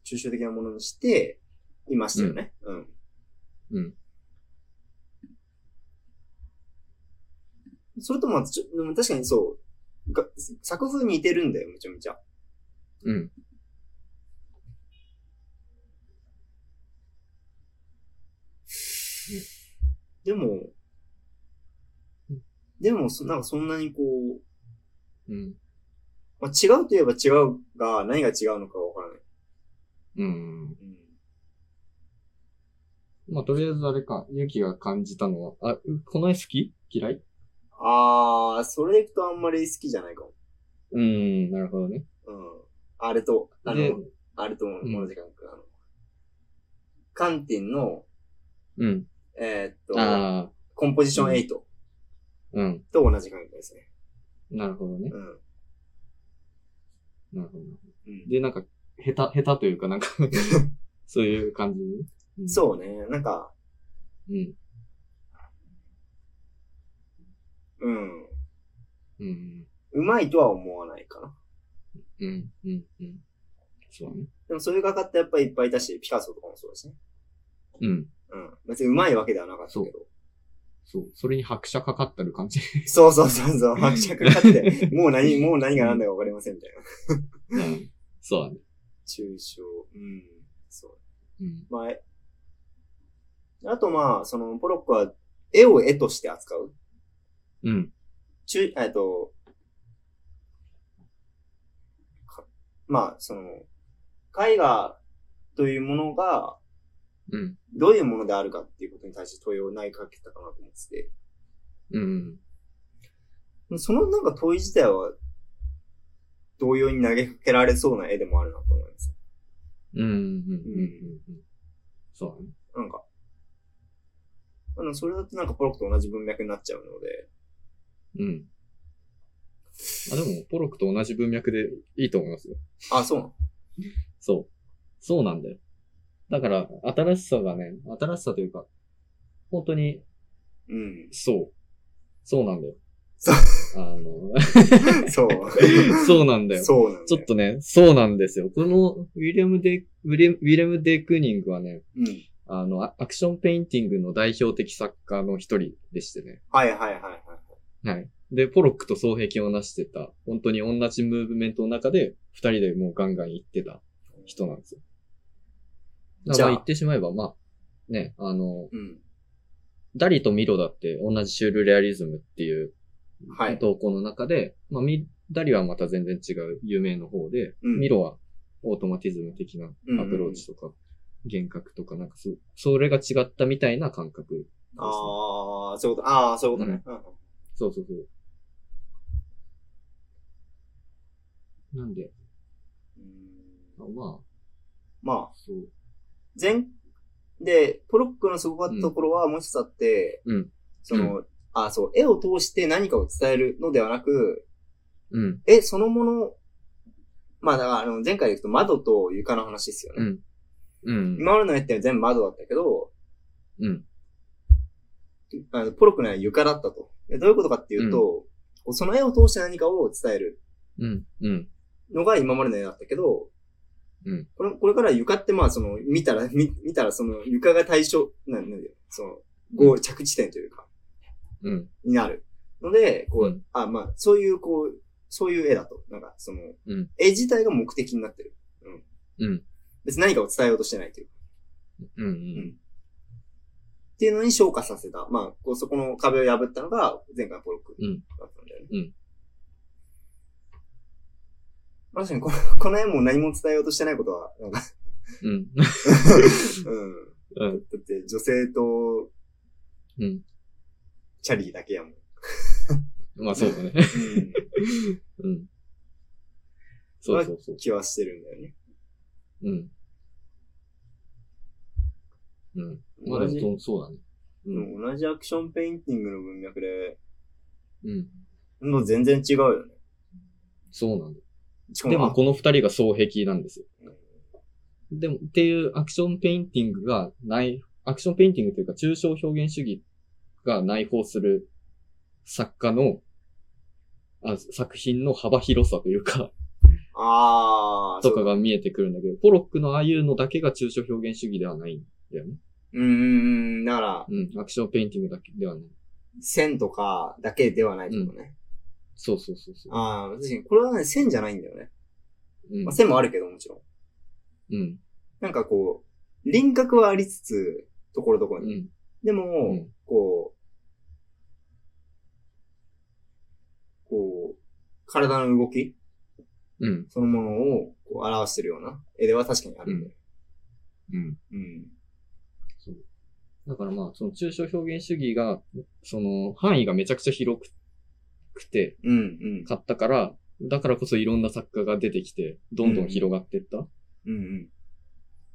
S2: 抽象的なものにして、いましたよね。うん。
S1: うん。
S2: それとも、ちょでも確かにそう、が作風似てるんだよ、めちゃめちゃ。
S1: うん。
S2: でも
S1: うん、
S2: でも、そなんかそんなにこう、
S1: うん。
S2: まあ、違うと言えば違うが、何が違うのかわからない。
S1: うん。
S2: うん。
S1: まあ、とりあえずあれか、ユキが感じたのは、あ、この絵好き嫌い
S2: あー、それでいくとあんまり好きじゃないかも。
S1: うん、なるほどね。
S2: うん。あれと、あ
S1: で
S2: の、、あれとも、
S1: うん
S2: もの時間くん、あの、カンティンの、
S1: うん。
S2: えーっと、
S1: ああ、
S2: コンポジション8と
S1: うん。
S2: 同じ感覚ですね。
S1: なるほどね。
S2: うん。
S1: なるほど。
S2: うん
S1: で、なんか、下手、下手というか、 (laughs) なんか、そういう感じに、うん
S2: そうね。なんか、
S1: うん。
S2: うん。
S1: うん。
S2: うまいとは思わないかな。
S1: うん。うん。うん。そうだね。
S2: でもそういう画家ってやっぱりいっぱいいたし、ピカソとかもそうですね。
S1: うん。
S2: うん。別にうまいわけではなかったけど。
S1: そう。それに拍車かかったる感じ。
S2: そうそうそうそう。拍車かかって、もう何、もう何が何だかわかりませんみたいな。
S1: うん。そうだね。
S2: 抽象。うん。そう。
S1: うん。
S2: まあえ、あとまあ、その、ポロックは、絵を絵として扱う。
S1: うん。
S2: 中、えっと、かまあ、その、絵画というものが、
S1: うん。
S2: どういうものであるかっていうことに対して問いを投げかけたかなと思って
S1: うん。
S2: て、そのなんか問い自体は、同様に投げかけられそうな絵でもあるなと思います。
S1: うん。うん。うん。そうだね。
S2: なんか、あの、それだとなんかポロックと同じ文脈になっちゃうので、
S1: うん。あ、でも、ポロクと同じ文脈でいいと思いますよ。
S2: あ、そうなの
S1: そう。そうなんだよ。だから、新しさがね、新しさというか、本当に、
S2: うん。
S1: そう。そうなんだよ。
S2: そう
S1: あの、 (laughs)
S2: そう。
S1: そうなんだよ。
S2: そうなんだよ。
S1: ちょっとね、そうなんですよ。この、ウィリアム・デ、ウィリウィリアム・デ・クーニングはね、
S2: うん。
S1: あの、アアクションペインティングの代表的作家の一人でしてね。
S2: はいはいはいはい。
S1: はい。で、ポロックと双璧をなしてた、本当に同じムーブメントの中で、二人でもうガンガン行ってた人なんですよ。だ
S2: じ
S1: か
S2: ゃあ
S1: ら言ってしまえば、まあ、ね、あの、
S2: うん。
S1: ダリとミロだって同じシュールレアリズムっていう
S2: はい。
S1: 投稿の中で、まあ、ミダリはまた全然違う有名の方で、
S2: うん
S1: ミロはオートマティズム的なアプローチとか、幻覚とか、なんかそ、それが違ったみたいな感覚ですね、
S2: ああ、そういうこと、ああ、そういうことね。
S1: そうそうそう。なんで、
S2: うん
S1: まあ、
S2: まあ、
S1: そう。
S2: 前、で、ポロックのすごかったところはもう一つあって、
S1: うん
S2: その、あそう、絵を通して何かを伝えるのではなく、
S1: うん、
S2: 絵そのもの、まあだから、あの、前回で言うと窓と床の話ですよ
S1: う
S2: ね。
S1: ん、うん、
S2: 今までの絵って全部窓だったけど、
S1: うん、
S2: あのポロックの絵は床だったと。でどういうことかっていうと、こうその絵を通して何かを伝える
S1: うん、うん、
S2: のが今までの絵だったけど、
S1: うん
S2: これ、これから床ってまあその、見たら、 (laughs) 見見たらその床が対象、なんなんだよ、その、ゴール、着地点というか、
S1: うん、
S2: になる。ので、こう、
S1: うん
S2: あ、まあ、そういう、こう、そういう絵だと。なんか、その、
S1: うん
S2: 絵自体が目的になってる。
S1: うん、
S2: 別に何かを伝えようとしてないという。
S1: うん、うん、
S2: っていうのに昇華させた。まあ、こうそこの壁を破ったのが、前回のポロック
S1: うん
S2: だったんだよね。
S1: うん
S2: 確かにこの、この絵も何も伝えようとしてないことは、な
S1: (laughs)
S2: んか、
S1: うん、
S2: うん。
S1: うん、
S2: だって女性と
S1: うん。 (laughs)
S2: チャリーだけやもん。
S1: まあそうだね。 (laughs) うん。そうそうそう。
S2: 気はしてるんだよね。
S1: うん。うん。まあ
S2: 同じ
S1: でもそうそうだね。
S2: う
S1: うん
S2: ん同じアクションペインティングの文脈で、
S1: うん。
S2: もう全然違うよね。
S1: そうなんだ。
S2: しか
S1: でも
S2: あ
S1: この二人が双璧なんですよ。でも、っていうアクションペインティングがない、アクションペインティングというか抽象表現主義が内包する作家のあ作品の幅広さというか、
S2: あー、
S1: とかが見えてくるんだけど、ポロックのああいうのだけが抽象表現主義ではないんだよね。
S2: うーん、だから、
S1: うん。アクションペインティングだけではない。
S2: 線とかだけではないってことね。
S1: そうそうそうそう。
S2: あー、確かに、これはね、線じゃないんだよね。
S1: うん
S2: まあ、。線もあるけどもちろん。
S1: うん。
S2: なんかこう、輪郭はありつつ、ところどころ
S1: う
S2: に。
S1: ん。
S2: でも、
S1: うん
S2: こう、こう、体の動き
S1: うん。
S2: そのものをこう表してるような絵では確かにあるんだよ。
S1: うん。
S2: うん。
S1: そう。だからまあ、その抽象表現主義が、その範囲がめちゃくちゃ広くて、
S2: うん、うん。
S1: 買ったから、だからこそいろんな作家が出てきて、どんどん広がってったっ
S2: うん、うん。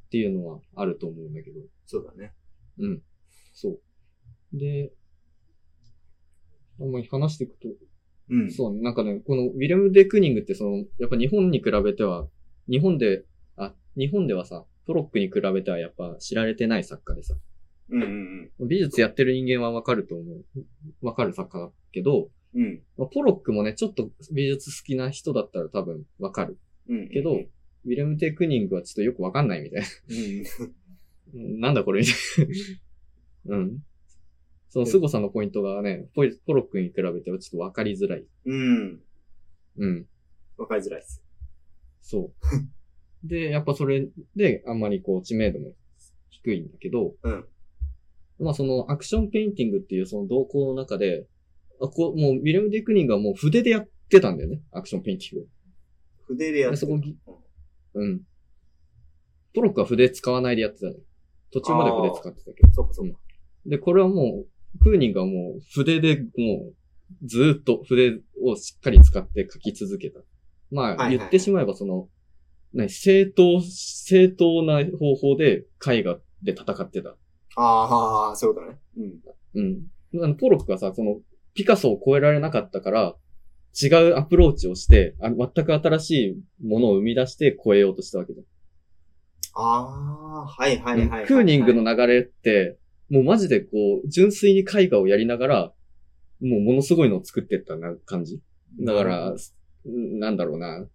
S1: ていうのはあると思うんだけど。
S2: そうだね。
S1: うん。そう。で、あんまり話していくと、
S2: うん。
S1: そう、なんかね、このウィリアム・デクニングってその、やっぱ日本に比べては、日本で、あ、日本ではさ、トロックに比べてはやっぱ知られてない作家でさ、
S2: うんうん
S1: 美術やってる人間はわかると思う。わかる作家だけど、
S2: うん。うん。
S1: まあポロックもね、ちょっと美術好きな人だったら多分わかる。
S2: うん。
S1: けど、
S2: うん。
S1: ウィリアム・デクニングはちょっとよくわかんないみたいな。 (laughs) なんだこれみたいな。 (laughs) うん。その凄さのポイントがね、ポイポロックに比べてはちょっとわかりづらい。
S2: うん。
S1: うん。
S2: わかりづらいです。 (laughs)
S1: そう。で、やっぱそれで、あんまりこう、知名度も低いんだけど、
S2: うん
S1: まあその、アクションペインティングっていうその動向の中で、あこうもう、ウィレム・ディクニングはもう筆でやってたんだよね、アクションペインティング
S2: 筆でやっ
S1: を。でそ
S2: てる
S1: こぎ、うん。トロックは筆使わないでやってたね。途中まで筆使ってたけど。
S2: そうかそうか。
S1: で、これはもう、クーニングはもう、筆でもう、ずーっと筆をしっかり使って書き続けた。ま
S2: は
S1: あ、
S2: いはい
S1: 言ってしまえばその、何、正当、正当な方法で絵画で戦ってた。
S2: ああ、そういうことね。うん。
S1: うん。あのポロックがさ、その、ピカソを超えられなかったから、違うアプローチをして、あ全く新しいものを生み出して超えようとしたわけだ。
S2: ああ、はいはいはいはい。
S1: クーニングの流れって、もうマジでこう、純粋に絵画をやりながら、もうものすごいのを作ってったな感じ。だから、なんだろうな。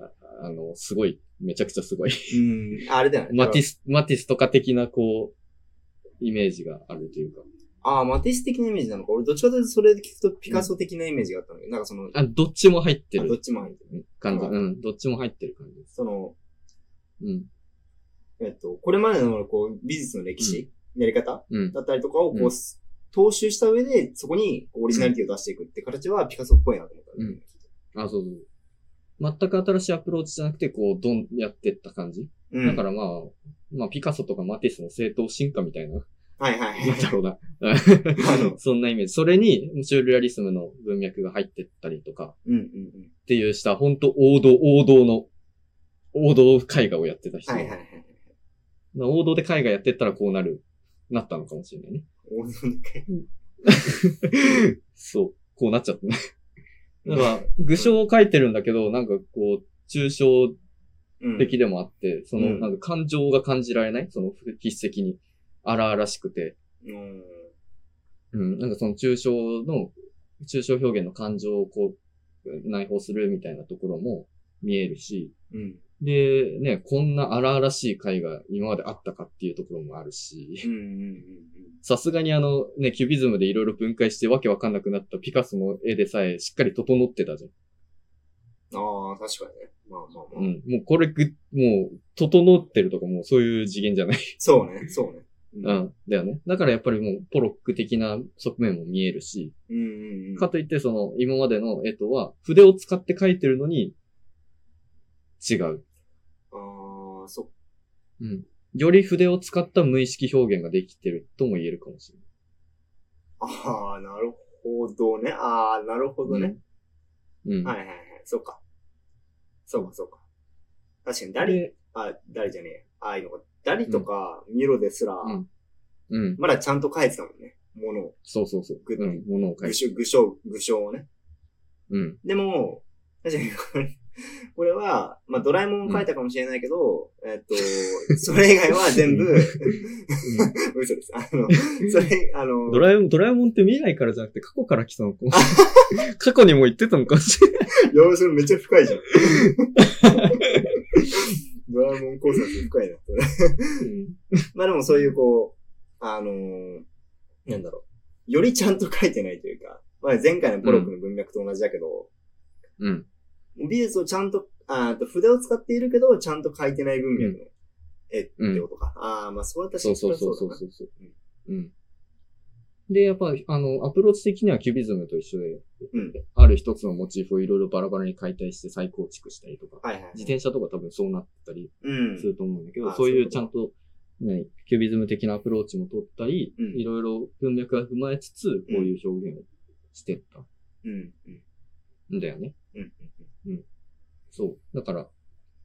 S1: ああの、すごい、めちゃくちゃす
S2: (laughs)
S1: ごい。
S2: うん。あれだよね。
S1: マティス、マティスとか的な、こう、イメージがあるというか。
S2: ああ、マティス的なイメージなのか。俺、どっちかというとそれで聞くとピカソ的なイメージがあったんだけど、なんかその、
S1: あ、どっちも入って
S2: あどっ
S1: る
S2: ちも入ってる。
S1: 感じ。
S2: うん
S1: うん、どっちも入ってる感じです。
S2: その、
S1: うん、
S2: えっと、これまでのこう美術の歴史、やり方
S1: うん、
S2: だったりとかをこう、
S1: うん
S2: 踏襲した上で、そこにオリジナリティを出していくって形はピカソっぽいなと思ったんだよね。
S1: あ、そうそう。全く新しいアプローチじゃなくて、こう、どん、やってった感じ。
S2: うん。
S1: だからまあ、まあ、ピカソとかマティスの正当進化みたいな、 (laughs)
S2: はいはい
S1: なんだろうな。 (laughs)
S2: はい。
S1: そんなイメージ。それに、シュールレアリスムの文脈が入ってったりとか、
S2: うんうんうん。
S1: っていうした、本当王道、王道の、王道絵画をやってた人。
S2: はいはいはい。
S1: 王道で絵画やってったらこうなる、なったのかもしれないね。
S2: 王道の回 (laughs)
S1: そう。こうなっちゃったね。 (laughs) だから、具象を描いてるんだけど、なんかこう、抽象
S2: うん
S1: 的でもあって、その、
S2: うん
S1: なんか感情が感じられないその、筆跡に荒々しくて、
S2: うん。
S1: うん、なんかその抽象の、抽象表現の感情をこう、内包するみたいなところも見えるし、
S2: うん。
S1: で、ね、こんな荒々しい絵が今まであったかっていうところもあるし、
S2: うんうんうん
S1: さすがにあのね、キュビズムでいろいろ分解してわけわかんなくなったピカソの絵でさえしっかり整ってたじゃん。
S2: うん。ああ、確かにね。まあまあ
S1: う
S2: まあ。
S1: ん。もうこれぐ、もう、整ってるとかもうそういう次元じゃない。
S2: そうね、そうね。
S1: う。ん。だよね。だからやっぱりもうポロック的な側面も見えるし、
S2: うんうんうん。
S1: かといってその今までの絵とは筆を使って描いてるのに違う。
S2: ああ、そ
S1: うん。より筆を使った無意識表現ができてるとも言えるかもしれ
S2: う。ああ、なるほどね。ああ、なるほど
S1: ない。
S2: ね。
S1: うん。うん。
S2: はいはいはい。そうか。そうか、そうか。確かに、ダリ、
S1: で、
S2: あ、ダリじゃねえ。ああいうのが。ダリとか、ミロですら、
S1: うんうん。
S2: まだちゃんと書いてたもんね。ものを。
S1: そうそうそう。
S2: ぐ
S1: うん。物を描
S2: 具
S1: いて。
S2: 象、具象、具象をね。
S1: うん。
S2: でも、確かに (laughs) これ、これは、まあ、ドラえもんを書いたかもしれないけど、えっと、それ以外は全部、 (laughs) 嘘です。あの、それ、
S1: (laughs)
S2: あの、
S1: ドラえもん、ドラえもんって未来からじゃなくて過去から来たのかもしれ (laughs) ない過去にも言ってたのかもしれない。
S2: やばい、それめっちゃ深い
S1: (laughs)
S2: じゃん。ドラえもん考察深いな。それまあでもそういうこう、あのーなんだろう。よりちゃんと書いてないというか、まあ前回のポロックの文脈と同じだけど、
S1: うん。
S2: 美術をちゃんと、あーあと筆を使っているけど、ちゃんと書いてない文脈の絵って
S1: うん
S2: ことか。ああ、まあそうやった
S1: そうそうそうそう
S2: だな
S1: そうそう。うん。で、やっぱ、あの、アプローチ的にはキュビズムと一緒で、
S2: うん
S1: ある一つのモチーフをいろいろバラバラに解体して再構築したりとか、
S2: はいはいはい。
S1: 自転車とか多分そうなったり
S2: うん
S1: す。ると思うんだけど、
S2: うんあ
S1: そう
S2: そうい
S1: いうう
S2: こ
S1: ち
S2: と
S1: ゃんと、ね、キュビズム的なアプローチも取ったり、
S2: うん
S1: いろいろ文脈が踏まえつつ、こういう表現をしてった
S2: うん。うん。
S1: んだよね。
S2: うん。
S1: そう。だから、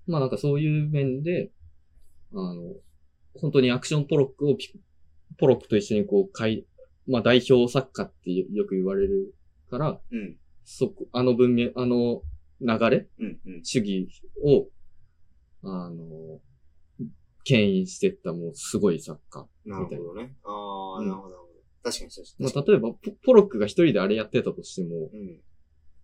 S1: まあなんかそういう面で、あの、本当にアクションポロックをピ、ポロックと一緒にこう、かい、まあ代表作家ってよく言われるから、
S2: うん。
S1: そこ、あの文明、あの流れ
S2: うん。うん。
S1: 主義を、あの、牽引してったもうすごい作家。
S2: なるほどね。あ
S1: う
S2: あ、
S1: ん
S2: なるほどなるほど。確かにそうです。
S1: まあ例えば、ポポロックが一人であれやってたとしても、
S2: う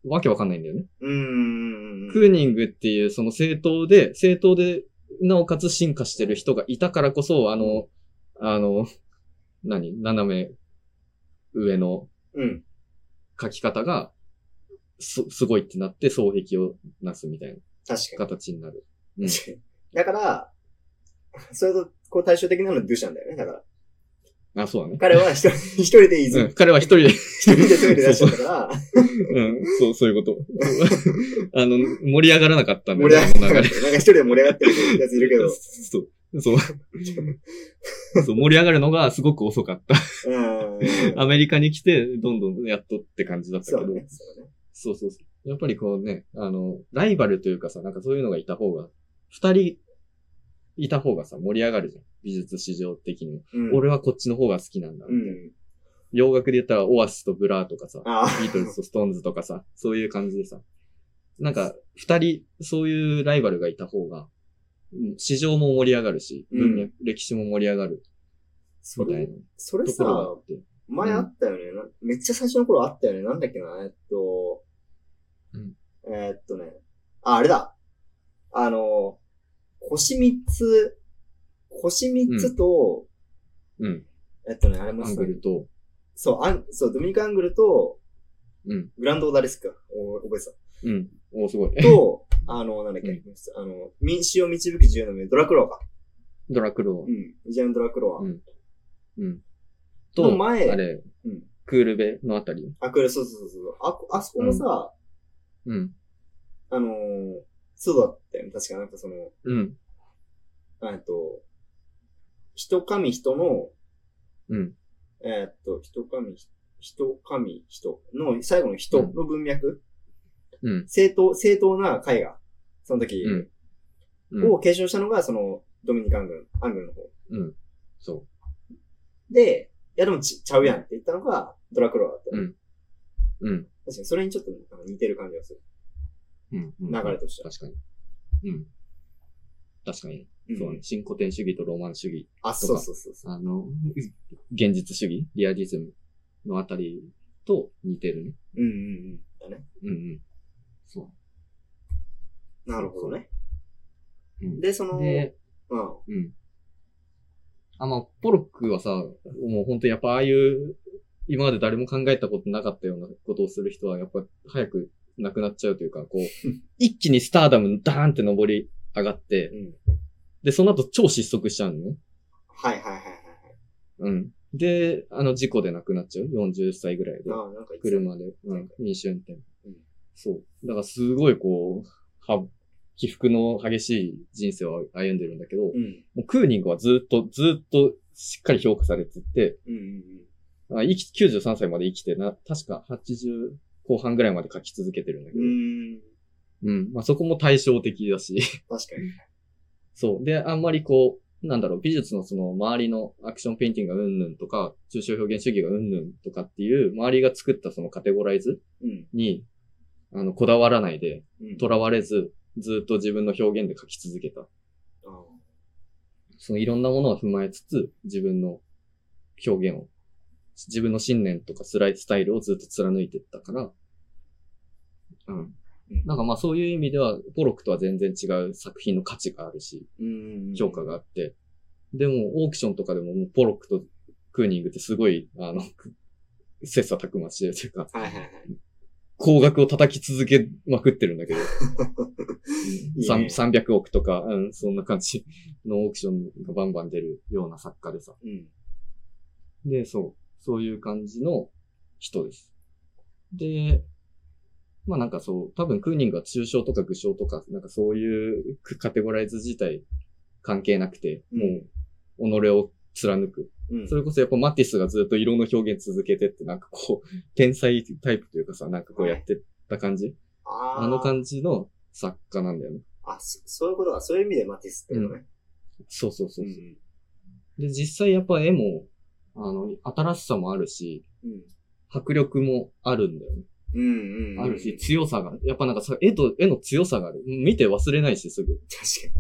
S2: ん。
S1: わけわかんないんだよね。
S2: うんうんうん。
S1: クーニングっていうその政党で、政党で、なおかつ進化してる人がいたからこそ、あの、あの、何斜め上の
S2: うん。
S1: 書き方が、す、すごいってなって、双璧をなすみたい
S2: 確
S1: な
S2: か
S1: 形になる。う
S2: に。
S1: ん
S2: 確かに (laughs) だから、それと、こう対照的なのはドゥシャンだよね。だから、
S1: あ、そうだね。
S2: 彼は一人 (laughs) 一人でいず、
S1: うん、彼は一人で、
S2: 一人でトイレ
S1: (laughs)
S2: 出しちゃったから、 (laughs)
S1: うん、そう、そういうこと。あの、盛り上がらなかったんだ
S2: 盛
S1: よ
S2: り上がってな
S1: あの
S2: かっ
S1: 流
S2: た。なんか一人で盛り上がってるやついるけ
S1: れ
S2: ど、
S1: そう、そう。そう、盛り上がるのがすごく遅かった。
S2: うん。
S1: アメリカに来て、どんどんやっとって感じだったけ
S2: そ
S1: ど。
S2: うね。そうね。
S1: そうそうそう。やっぱりこうね、あの、ライバルというかさ、なんかそういうのがいた方が、二人いた方がさ、盛り上がるじゃん。美術市場的にも。
S2: うん
S1: 俺はこっちの方が好きなんだ。
S2: うん。
S1: 洋楽で言ったらオアシスとブラーとかさ、
S2: ああ。
S1: ビートルズとストーンズとかさ、そういう感じでさ。なんか、二人、そういうライバルがいた方が、うん市場も盛り上がるし、
S2: うん
S1: 文脈、歴史も盛り上がる、
S2: そ
S1: みたい
S2: れ
S1: な、
S2: それ
S1: とこ
S2: さ、
S1: ろがあって。
S2: 前あったよね、なめっちゃ最初の頃あったよね。なんだっけな。えっと、
S1: うん
S2: えーっとね。あ、あれだ。あの、星三つ、星三つと、
S1: うん。
S2: えっとね、あれも
S1: ア
S2: さ
S1: ングルと、
S2: そう、アン、そう、ドミニカ・アングルと、
S1: うん。
S2: グランド・オーダレスクか。お覚え
S1: うん。おすごい (laughs)
S2: て。た。と、あの、なんだっけ、
S1: うん
S2: あの、民衆を導く自由の目、ドラクロワか。
S1: ドラクロ
S2: う。ん。ジェン・ドラクロワ。
S1: うんうん。
S2: の
S1: と、
S2: 前
S1: あれ、
S2: うん
S1: クールベのあたり。
S2: あ、これ、そうそうそうそう。あこ、あそこもさ、
S1: うん。
S2: あのーそうだったよね。確かなんかその、
S1: うん。
S2: えっと、人神人の、
S1: うん。
S2: えっと、人神、人神人の最後の人の文脈、
S1: うん。
S2: 正当、正当な絵画、その時
S1: うんうん。
S2: を継承したのが、その、ドミニカングル、アングルの方。
S1: うん。そ
S2: で、いやでもちちゃうやんって言ったのが、ドラクロだったよね、
S1: うんう。うん。
S2: 確かにそれにちょっとなんか似てる感じがする。
S1: うん。流
S2: 流れとしては。
S1: 確かに。うん。確かに。
S2: うん
S1: そうね。新古典主義とロマン主義。
S2: あ、そうそうそうそう。
S1: あの、現実主義リアリズムのあたりと似てるね。
S2: うんうんうん。だね。
S1: うんうん。そ
S2: なるほどね。
S1: うん
S2: で、その、
S1: う。で、
S2: うん。
S1: うん。あ、まあ、ポロックはさ、もう本当にやっぱああいう、今まで誰も考えたことなかったようなことをする人は、やっぱ早く亡くなっちゃうというか、こう、 (laughs) 一気にスターダムにダーンって登り上がって
S2: う、ん。
S1: で、その後超失速しちゃうのね。
S2: はいはいはいはいはい。
S1: うん。で、あの事故で亡くなっちゃう。40歳ぐらいで。
S2: ああ、なんかいつ
S1: 車で、うん、飲酒運転。
S2: うん
S1: そう。だからすごいこう、は、起伏の激しい人生を歩んでるんだけど、
S2: うん。
S1: もうクーニングはずっと、ずっとしっかり評価されてて、
S2: うんうん
S1: あ生き93歳まで生きてな、確か80後半ぐらいまで書き続けてるんだけ
S2: う
S1: ど、
S2: ん。うーん。
S1: うん。まあそこも対照的だし、 (laughs)
S2: 確かに。
S1: そう。で、あんまりこう、なんだろう、美術のその周りのアクションペインティングがうんぬんとか、抽象表現主義がうんぬんとかっていう、周りが作ったそのカテゴライズ
S2: うん
S1: に、あの、こだわらないで、
S2: うん。
S1: とらわれず、ずっと自分の表現で書き続けた。
S2: あー
S1: そのいろんなものを踏まえつつ、自分の表現を、自分の信念とかスライスタイルをずっと貫いてったから、うん。
S2: うん
S1: なんかまあそういう意味では、ポロックとは全然違う作品の価値があるし、
S2: うん。
S1: 評価があって、でもオークションとかでももうポロックとクーニングってすごい、あの、 (laughs) く切磋琢磨してるというか、
S2: はいはいはい。
S1: 高額を叩き続けまくってるんだけど、
S2: いい
S1: さん
S2: ね
S1: 300億とか、うん、そんな感じのオークションがバンバン出るような作家でさ。
S2: うん。
S1: で、そう、そういう感じの人です。で、まあなんかそう、多分クーニングは抽象とか具象とか、なんかそういうカテゴライズ自体関係なくて、
S2: うん
S1: もう、己を貫く。
S2: うん。
S1: それこそやっぱマティスがずっと色の表現続けてって、なんかこう、天才タイプというかさ、なんかこうやってった感じ、
S2: あー
S1: あの感じの作家なんだよね。
S2: あ、そそういうことか。そういう意味でマティスってことね。
S1: そうそうそうう。
S2: ん。
S1: で、実際やっぱ絵も、あの、新しさもあるし、
S2: うん。
S1: 迫力もあるんだよね。
S2: うんうん、うん。
S1: あるし、強さが、やっぱなんかさ、絵と、絵の強さがある。うん見て忘れないし、すぐ。
S2: 確か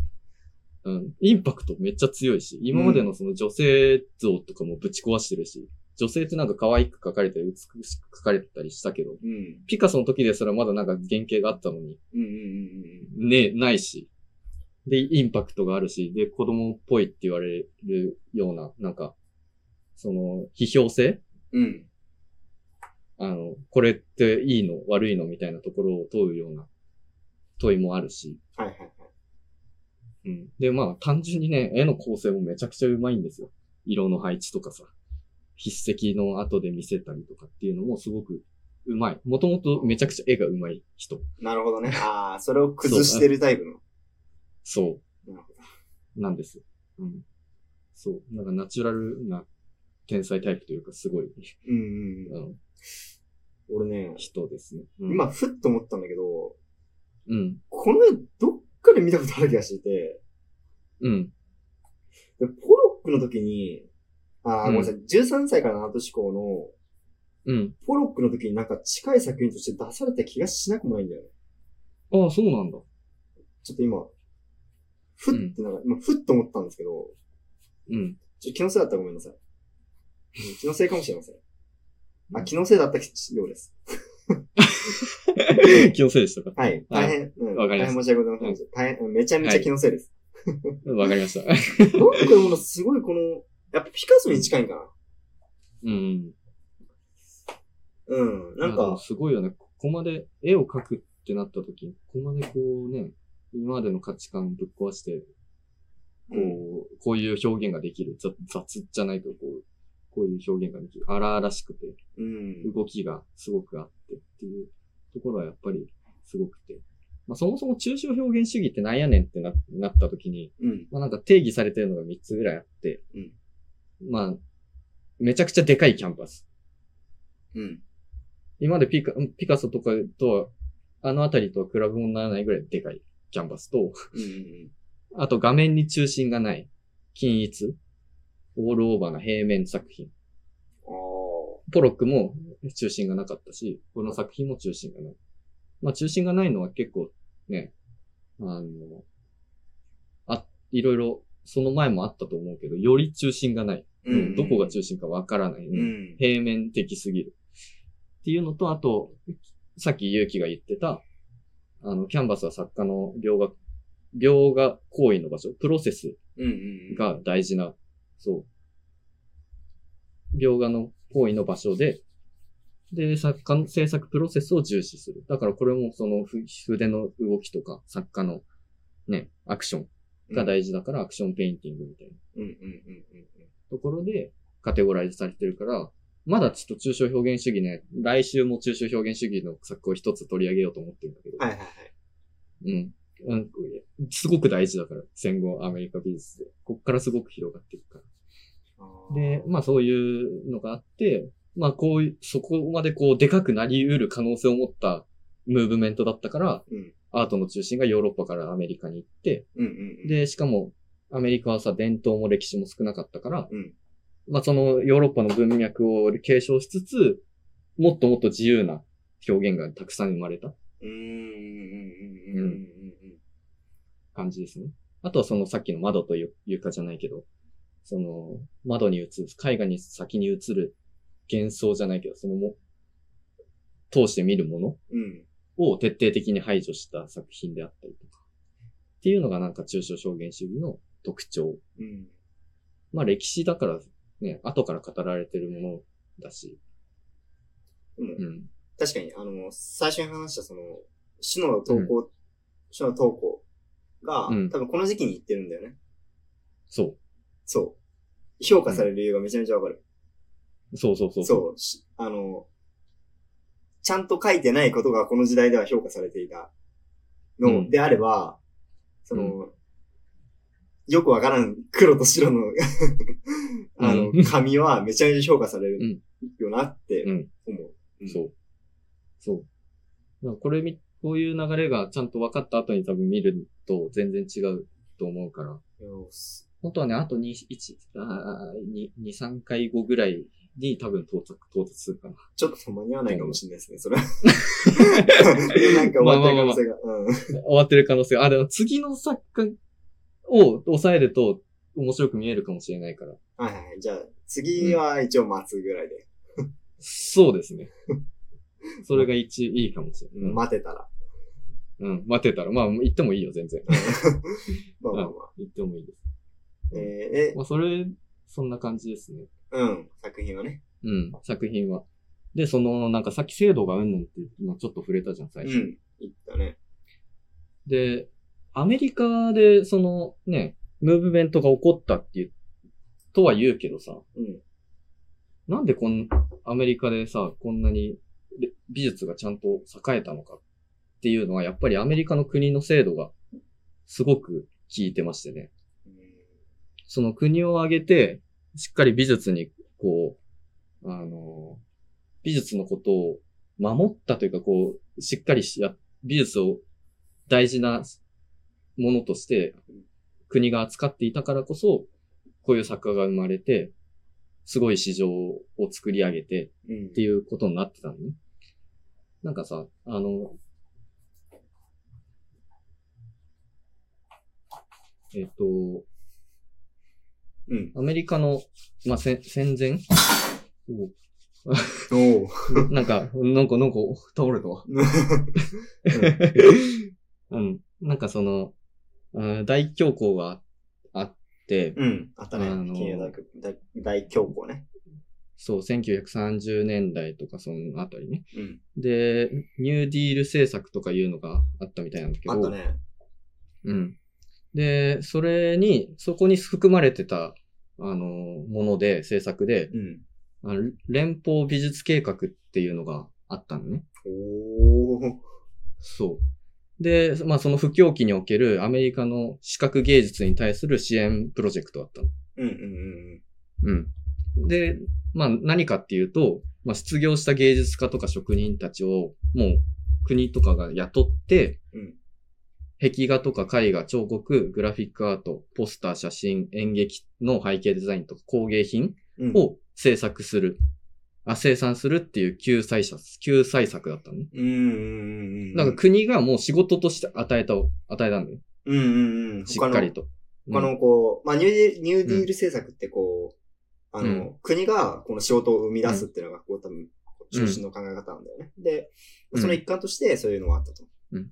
S1: うん。インパクトめっちゃ強いし、今までのその女性像とかもぶち壊してるし、女性ってなんか可愛く描かれたり、美しく描かれたりしたけど、
S2: に。うん。
S1: ピカソの時ですらまだなんか原型があったのに、
S2: うんうんうんうん。
S1: ね、ないし。で、インパクトがあるし、で、子供っぽいって言われるような、なんか、その、批評性
S2: うん。
S1: あの、これっていいの悪いのみたいなところを問うような問いもあるし。
S2: はいはいはい。
S1: うん。で、まあ、単純にね、絵の構成もめちゃくちゃうまいんですよ。色の配置とかさ、筆跡の後で見せたりとかっていうのもすごくうまい。もともとめちゃくちゃ絵がうまい人。
S2: なる
S1: (laughs)
S2: ほどね。ああ、それを崩してるタイプの。
S1: そう
S2: なるほど。
S1: なんです。うん。そう。なんかナチュラルな天才タイプというか、すごい、
S2: うんうん
S1: う
S2: うん。
S1: ん、
S2: 俺ね、
S1: 人ですね。うん、
S2: 今、ふっと思ったんだけど、
S1: うん。
S2: この絵どっかで見たことある気がしていて、
S1: うん。
S2: でポロックの時に、ああ、
S1: うん
S2: ごめんなさい、13歳から7都志向の、
S1: うん。
S2: ポロックの時になんか近い作品として出された気がしなくもないんだよね。
S1: ああ、そうなんだ。
S2: ちょっと今、ふってなんか、今ふっと思ったんですけど、
S1: うん。
S2: ちょ、気のせいだったらごめんなさい。うん気のせいかもしれません。あ、気のせいだったようです。
S1: 気のせいでしたか
S2: はい。
S1: はい
S2: 大変、うん
S1: わかりま
S2: 大
S1: し
S2: 変
S1: た
S2: 申し訳ございませんでした。大変、うんめちゃめちゃ気のせいです。 (laughs)
S1: わかりました。
S2: なんかものすごいこの、やっぱピカソに近いんかな。
S1: うん。
S2: うん。なん
S1: いやでも
S2: か、
S1: すごいよね。ここまで絵を描くってなった時に、ここまでこうね、今までの価値観ぶっ壊して、こう、
S2: うん
S1: こういう表現ができる。ざ雑じゃないとこう、こういう表現ができる。荒々しくて、
S2: うん。
S1: 動きがすごくあってっていうところはやっぱりすごくて。まあそもそも抽象表現主義ってなんやねんってななった時に、
S2: うん。
S1: まあなんか定義されてるのが3つぐらいあって、
S2: うん
S1: まあ、めちゃくちゃでかいキャンパス。
S2: うん。
S1: 今までピカピカソとかとは、あのあたりとは比べ物にならないぐらいでかいキャンバスと、
S2: うん。
S1: あと画面に中心がない、均一、オールオーバーな平面作品。
S2: ああ。
S1: ポロックも中心がなかったし、この作品も中心がない。まあ中心がないのは結構ね、あの、あ、いろいろ、その前もあったと思うけど、より中心がない。
S2: うん。
S1: どこが中心かわからない。
S2: うん。
S1: 平面的すぎる。っていうのと、あと、さっきゆうきが言ってた、あの、キャンバスは作家の描画、描画行為の場所、プロセス
S2: うん。うん。
S1: が大事な、そう。描画の行為の場所で、で、作家の制作プロセスを重視する。だからこれもそのふ筆の動きとか、作家のね、アクションが大事だから、アクションペインティングみたいな。
S2: うん。うん。うん。うん。
S1: ところでカテゴライズされてるから、まだちょっと抽象表現主義ね、来週も抽象表現主義の作品を一つ取り上げようと思ってるんだけど、
S2: はいはいはい。
S1: うん。うん、すごく大事だから、戦後アメリカ美術で。こっからすごく広がっていくから。
S2: あー
S1: で、まあそういうのがあって、まあこういう、そこまでこうでかくなり得る可能性を持ったムーブメントだったから、
S2: うん
S1: アートの中心がヨーロッパからアメリカに行って、
S2: うんうんうん。、
S1: で、しかもアメリカはさ、伝統も歴史も少なかったから、
S2: うん。
S1: まあ、そのヨーロッパの文脈を継承しつつ、もっともっと自由な表現がたくさん生まれた
S2: うん。うん。うん。うん。うん。
S1: 感じですね。あとはそのさっきの窓という床じゃないけど、その窓に映る、絵画に先に映る幻想じゃないけど、そのも、通して見るもの
S2: うん。
S1: を徹底的に排除した作品であったりとか、っていうのがなんか抽象表現主義の特徴
S2: うん。
S1: まあ歴史だからね、後から語られてるものだし。
S2: うん
S1: うん。
S2: 確かに、あの、最初に話したその、死の投稿、死の投稿が、
S1: うん
S2: 多分この時期に行ってるんだよね。
S1: そ
S2: そう。評価される理由がめちゃめちゃわかる。
S1: う。そうそうそう。
S2: そうしあの、ちゃんと書いてないことがこの時代では評価されていた
S1: う
S2: の
S1: ん
S2: であれば、その、よくわからん黒と白の (laughs) あの、
S1: うん
S2: 紙はめちゃめちゃ評価されるよなって
S1: うん
S2: 思う。うん
S1: そう。そう。だからこれみ、こういう流れがちゃんと分かった後に多分見ると全然違うと思うから、
S2: いやす
S1: 本当はね、あと2、1、あ2、2、3回後ぐらいに多分到着、到達するかな。
S2: ちょっと間に合わないかもしれないですね、それは。なんか終わった可能性が。うん
S1: (laughs) 終わってる可能性が。あ、でも次の作家を抑えると面白く見えるかもしれないから。
S2: はいはいはい。じゃあ、次は一応待つぐらいで。
S1: そうです (laughs) ね。それが一、いいかもしれない。
S2: 待てたら。
S1: うん、うん、待てたら。まあ、行ってもいいよ、全 (laughs) 然。
S2: まあまあまあ。
S1: 行ってもいいです。
S2: えー、え、
S1: まあ、それ、そんな感じですね。
S2: うん、作品はね。
S1: うん、作品は。で、その、なんかさっき制度がうんぬんって、今ちょっと触れたじゃん、
S2: う
S1: 最初。
S2: ん、いったね。
S1: で、アメリカで、そのね、ムーブメントが起こったっていう、とは言うけどさ、
S2: うん。
S1: なんでこん、アメリカでさ、こんなにで美術がちゃんと栄えたのかっていうのは、やっぱりアメリカの国の制度がすごく効いてましてね。その国を挙げて、しっかり美術に、こう、あの、美術のことを守ったというか、こう、しっかりしや、美術を大事なものとして、国が扱っていたからこそ、こういう作家が生まれて、すごい市場を作り上げて、
S2: うん。
S1: っていうことになってたのね。なんかさ、あの、えっ、と、
S2: うん。
S1: アメリカの、まあ、戦戦前 (laughs)
S2: おう。
S1: なんか、なんか、なんか、倒れたわ。うん。なんかその、うん大恐慌があって、
S2: うん。あったね
S1: あの。ー
S2: 金融大学大大恐慌ね。
S1: そう、1930年代とかそのあたりね。
S2: うん。
S1: で、ニューディール政策とかいうのがあったみたいなんだけど。
S2: あったね。
S1: うん。で、それに、そこに含まれてた、あの、もので、政策で、
S2: うん。
S1: あの連邦美術計画っていうのがあったのね。
S2: おー。
S1: そう。で、まあその不況期におけるアメリカの視覚芸術に対する支援プロジェクトだったの。
S2: うんうんうん
S1: うん。で、まあ何かっていうと、まあ失業した芸術家とか職人たちをもう国とかが雇って、
S2: うん。うん。
S1: 壁画とか絵画、彫刻、グラフィックアート、ポスター、写真、演劇の背景デザインとか工芸品
S2: うん。
S1: を制作する、あ生産するっていう救済者、救済策だったのね。
S2: うんうんうんうん。
S1: だから国がもう仕事として与えた、与えたんだよ。
S2: うんうんうん。
S1: しっかりと。
S2: 他の。他のこう、まあ、ニューディニューディール政策ってこう、あの、国がこの仕事を生み出すっていうのが、こう、多分、中心の考え方なんだよね。で、その一環としてそういうのがあったと。
S1: うん、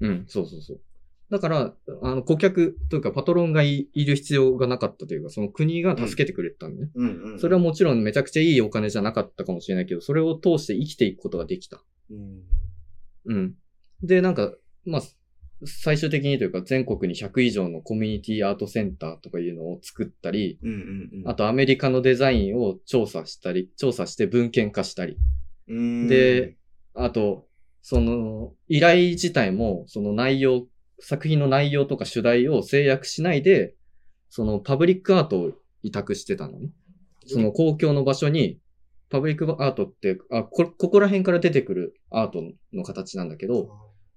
S1: うん、そうそうそう。だから、あの、顧客というかパトロンがいいる必要がなかったというか、その国が助けてくれてたんだね。
S2: うんうん。
S1: それはもちろんめちゃくちゃいいお金じゃなかったかもしれないけど、それを通して生きていくことができた。
S2: うん。
S1: うん。で、なんか、まあ、最終的にというか全国に100以上のコミュニティアートセンターとかいうのを作ったり、
S2: うんうんうん。
S1: あとアメリカのデザインを調査したり、調査して文献化したり、
S2: うん、
S1: であと、その、依頼自体も、その内容、作品の内容とか主題を制約しないで、そのパブリックアートを委託してたのね。その公共の場所に、パブリックアートって、あ、こ、ここら辺から出てくるアートの形なんだけど、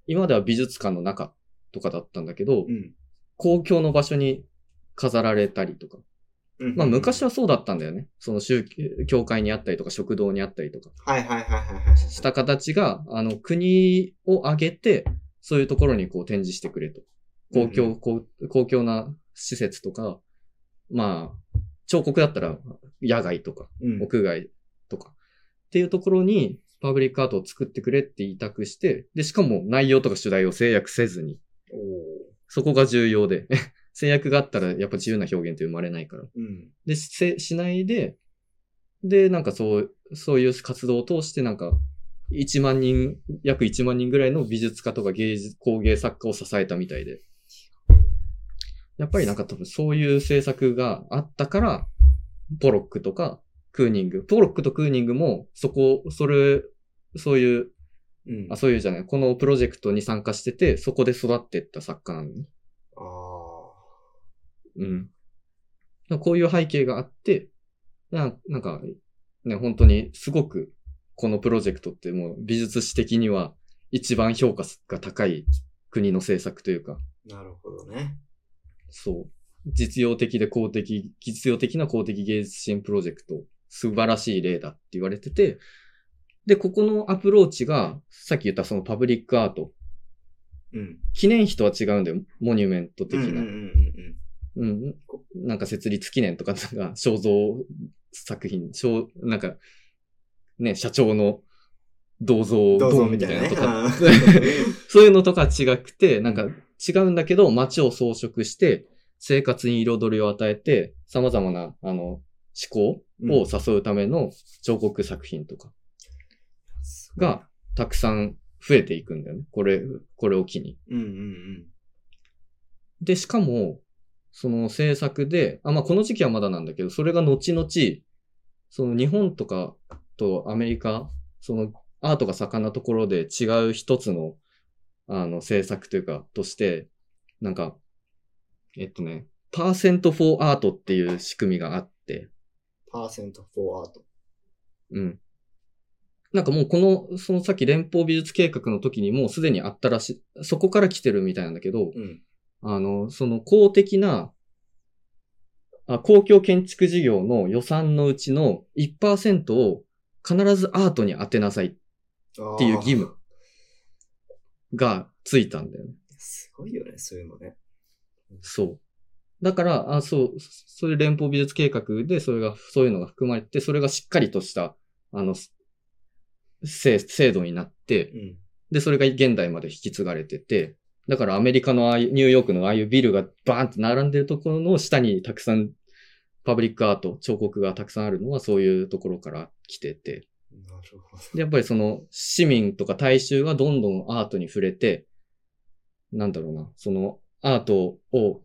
S1: 今では美術館の中とかだったんだけど、
S2: うん、
S1: 公共の場所に飾られたりとか。
S2: うん。
S1: まあ昔
S2: は、
S1: はそうだったんだよね。その宗教、教会にあったりとか食堂にあったりとか
S2: はいはいはいはいはい。
S1: した形が、あの国を挙げて、そういうところにこう展示してくれと。公共、公公共な施設とか、まあ、彫刻だったら野外とか、
S2: うん、
S1: 屋外とか、っていうところにパブリックアートを作ってくれって委託して、で、しかも内容とか主題を制約せずに、
S2: おー
S1: そこが重要で。 (laughs) 制約があったらやっぱ自由な表現って生まれないから。
S2: うん。
S1: で、せしないで、で、なんかそう、そういう活動を通してなんか、1万人、約1万人ぐらいの美術家とか芸術、工芸作家を支えたみたいで。やっぱりなんか多分そういう政策があったから、ポロックとかクーニング、ポロックとクーニングもそこ、それ、そういう、
S2: うん。
S1: あ、そういうじゃない、このプロジェクトに参加してて、そこで育ってった作家なのね。
S2: あ
S1: うん。こういう背景があって、ななんか、ね、本当にすごく、このプロジェクトってもう美術史的には一番評価が高い国の政策というか、
S2: ーなるほどね。
S1: そう。実用的で公的、実用的な公的芸術支援プロジェクト、素晴らしい例だって言われてて、で、ここのアプローチが、さっき言ったそのパブリックアート、
S2: うん。
S1: 記念碑とは違うんだよ、モニュメント的
S2: うんうん
S1: な
S2: うん。うん
S1: うん。なんか設立記念とか、なんか肖像作品、肖、なんか、ね、社長の銅像、
S2: ど
S1: ド
S2: うぞ
S1: ン
S2: みたいなね
S1: と。か、
S2: あ (laughs) ー
S1: そういうのとか違くて、なんか違うんだけど、街を装飾して、生活に彩りを与えて、様々な、あの、思考を誘うための彫刻作品とかが、たくさん増えていくんだよね。これ、これを機に。
S2: うんうん
S1: で、しかも、その制作で、あ、まあ、この時期はまだなんだけど、それが後々、その日本とかとアメリカ、そのアートが盛んなところで違う一つの、あの、制作というか、として、なんか、えっとね、パーセントフォーアートっていう仕組みがあって、
S2: パーセントフォーアート。
S1: うん。なんかもうこの、そのさっき連邦美術計画の時にもうすでにあったらしい、そこから来てるみたいなんだけど、
S2: うん。
S1: あの、その公的な、あ公共建築事業の予算のうちの1%を必ずアートに当てなさいっていう義務がついたんだよね。
S2: あー。すごいよね、そういうのね。
S1: そう。だから、あそう、それ連邦美術計画でそれが、そういうのが含まれて、それがしっかりとした、あの、制制度になって
S2: う、ん。
S1: で、それが現代まで引き継がれてて、だからアメリカのああいう、ニューヨークのああいうビルがバーンって並んでるところの下にたくさんパブリックアート、彫刻がたくさんあるのはそういうところから来てて、
S2: なるほど。
S1: でやっぱりその市民とか大衆がどんどんアートに触れて、なんだろうな、そのアートを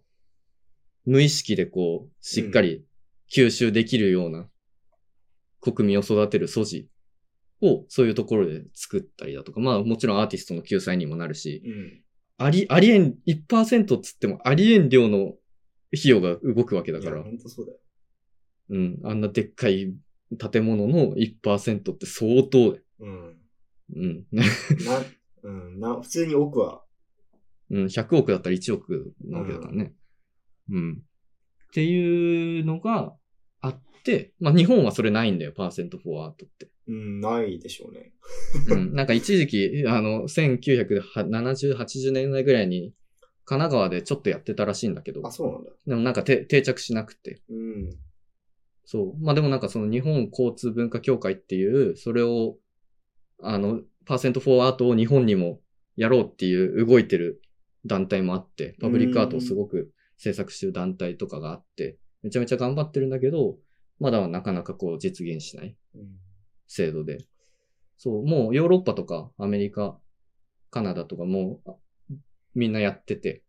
S1: 無意識でこう、しっかり吸収できるような国民を育てる素地をそういうところで作ったりだとか、まあもちろんアーティストの救済にもなるし、
S2: うん。
S1: あり、ありえん、1%っつってもありえん量の費用が動くわけだ
S2: い
S1: か
S2: や
S1: ら、
S2: 本当そうだよ。
S1: うん、あんなでっかい建物の1%って相当だよ、
S2: うん。
S1: うん。
S2: な、うん、な、普通に奥は、
S1: うん、100億だったら1億なわけだからね。うん。っていうのがあって、まあ日本はそれないんだよ、パーセントフォーアートって。
S2: うん、ないでしょうね。 (laughs)
S1: うん。なんか一時期、あの、1970、80年代ぐらいに、神奈川でちょっとやってたらしいんだけど
S2: あ、、そうなんだ。
S1: でもなんかて定着しなくて。
S2: うん。
S1: そう。まあでもなんかその日本交通文化協会っていう、それを、あの、パーセントフォーアートを日本にもやろうっていう動いてる団体もあって、パブリックアートをすごく制作してる団体とかがあって、めちゃめちゃ頑張ってるんだけど、まだなかなかこう実現しない
S2: うん
S1: 制度で。そう、もうヨーロッパとかアメリカ、カナダとかもあみんなやってて、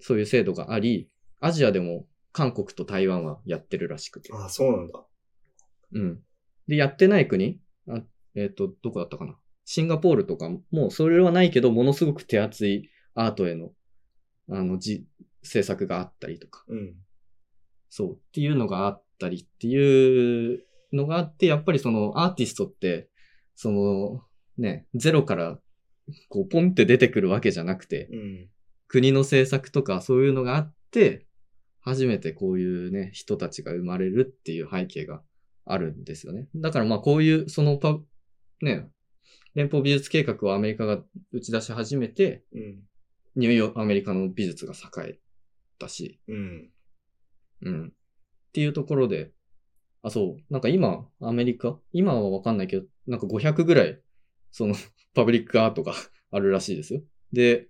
S1: そういう制度があり、アジアでも韓国と台湾はやってるらしくて。
S2: あ、そうなんだ。
S1: うん。で、やってない国あえっ、と、どこだったかなシンガポールとかも、もうそれはないけど、ものすごく手厚いアートへの、あの、じ、制作があったりとか、
S2: うん。
S1: そう、っていうのがあったりっていうのがあって、やっぱりそのアーティストって、その、ね、ゼロから、こう、ポンって出てくるわけじゃなくて、
S2: うん。
S1: 国の政策とかそういうのがあって、初めてこういうね、人たちが生まれるっていう背景があるんですよね。だからまあこういう、そのパ、ね、連邦美術計画をアメリカが打ち出し始めて、
S2: うん。
S1: ニューヨーク、アメリカの美術が栄えたし、
S2: うん。
S1: うん。っていうところで、あ、そう、なんか今、アメリカ、今はわかんないけど、なんか500ぐらい、その、 (laughs) パブリックアートがあるらしいですよ。で、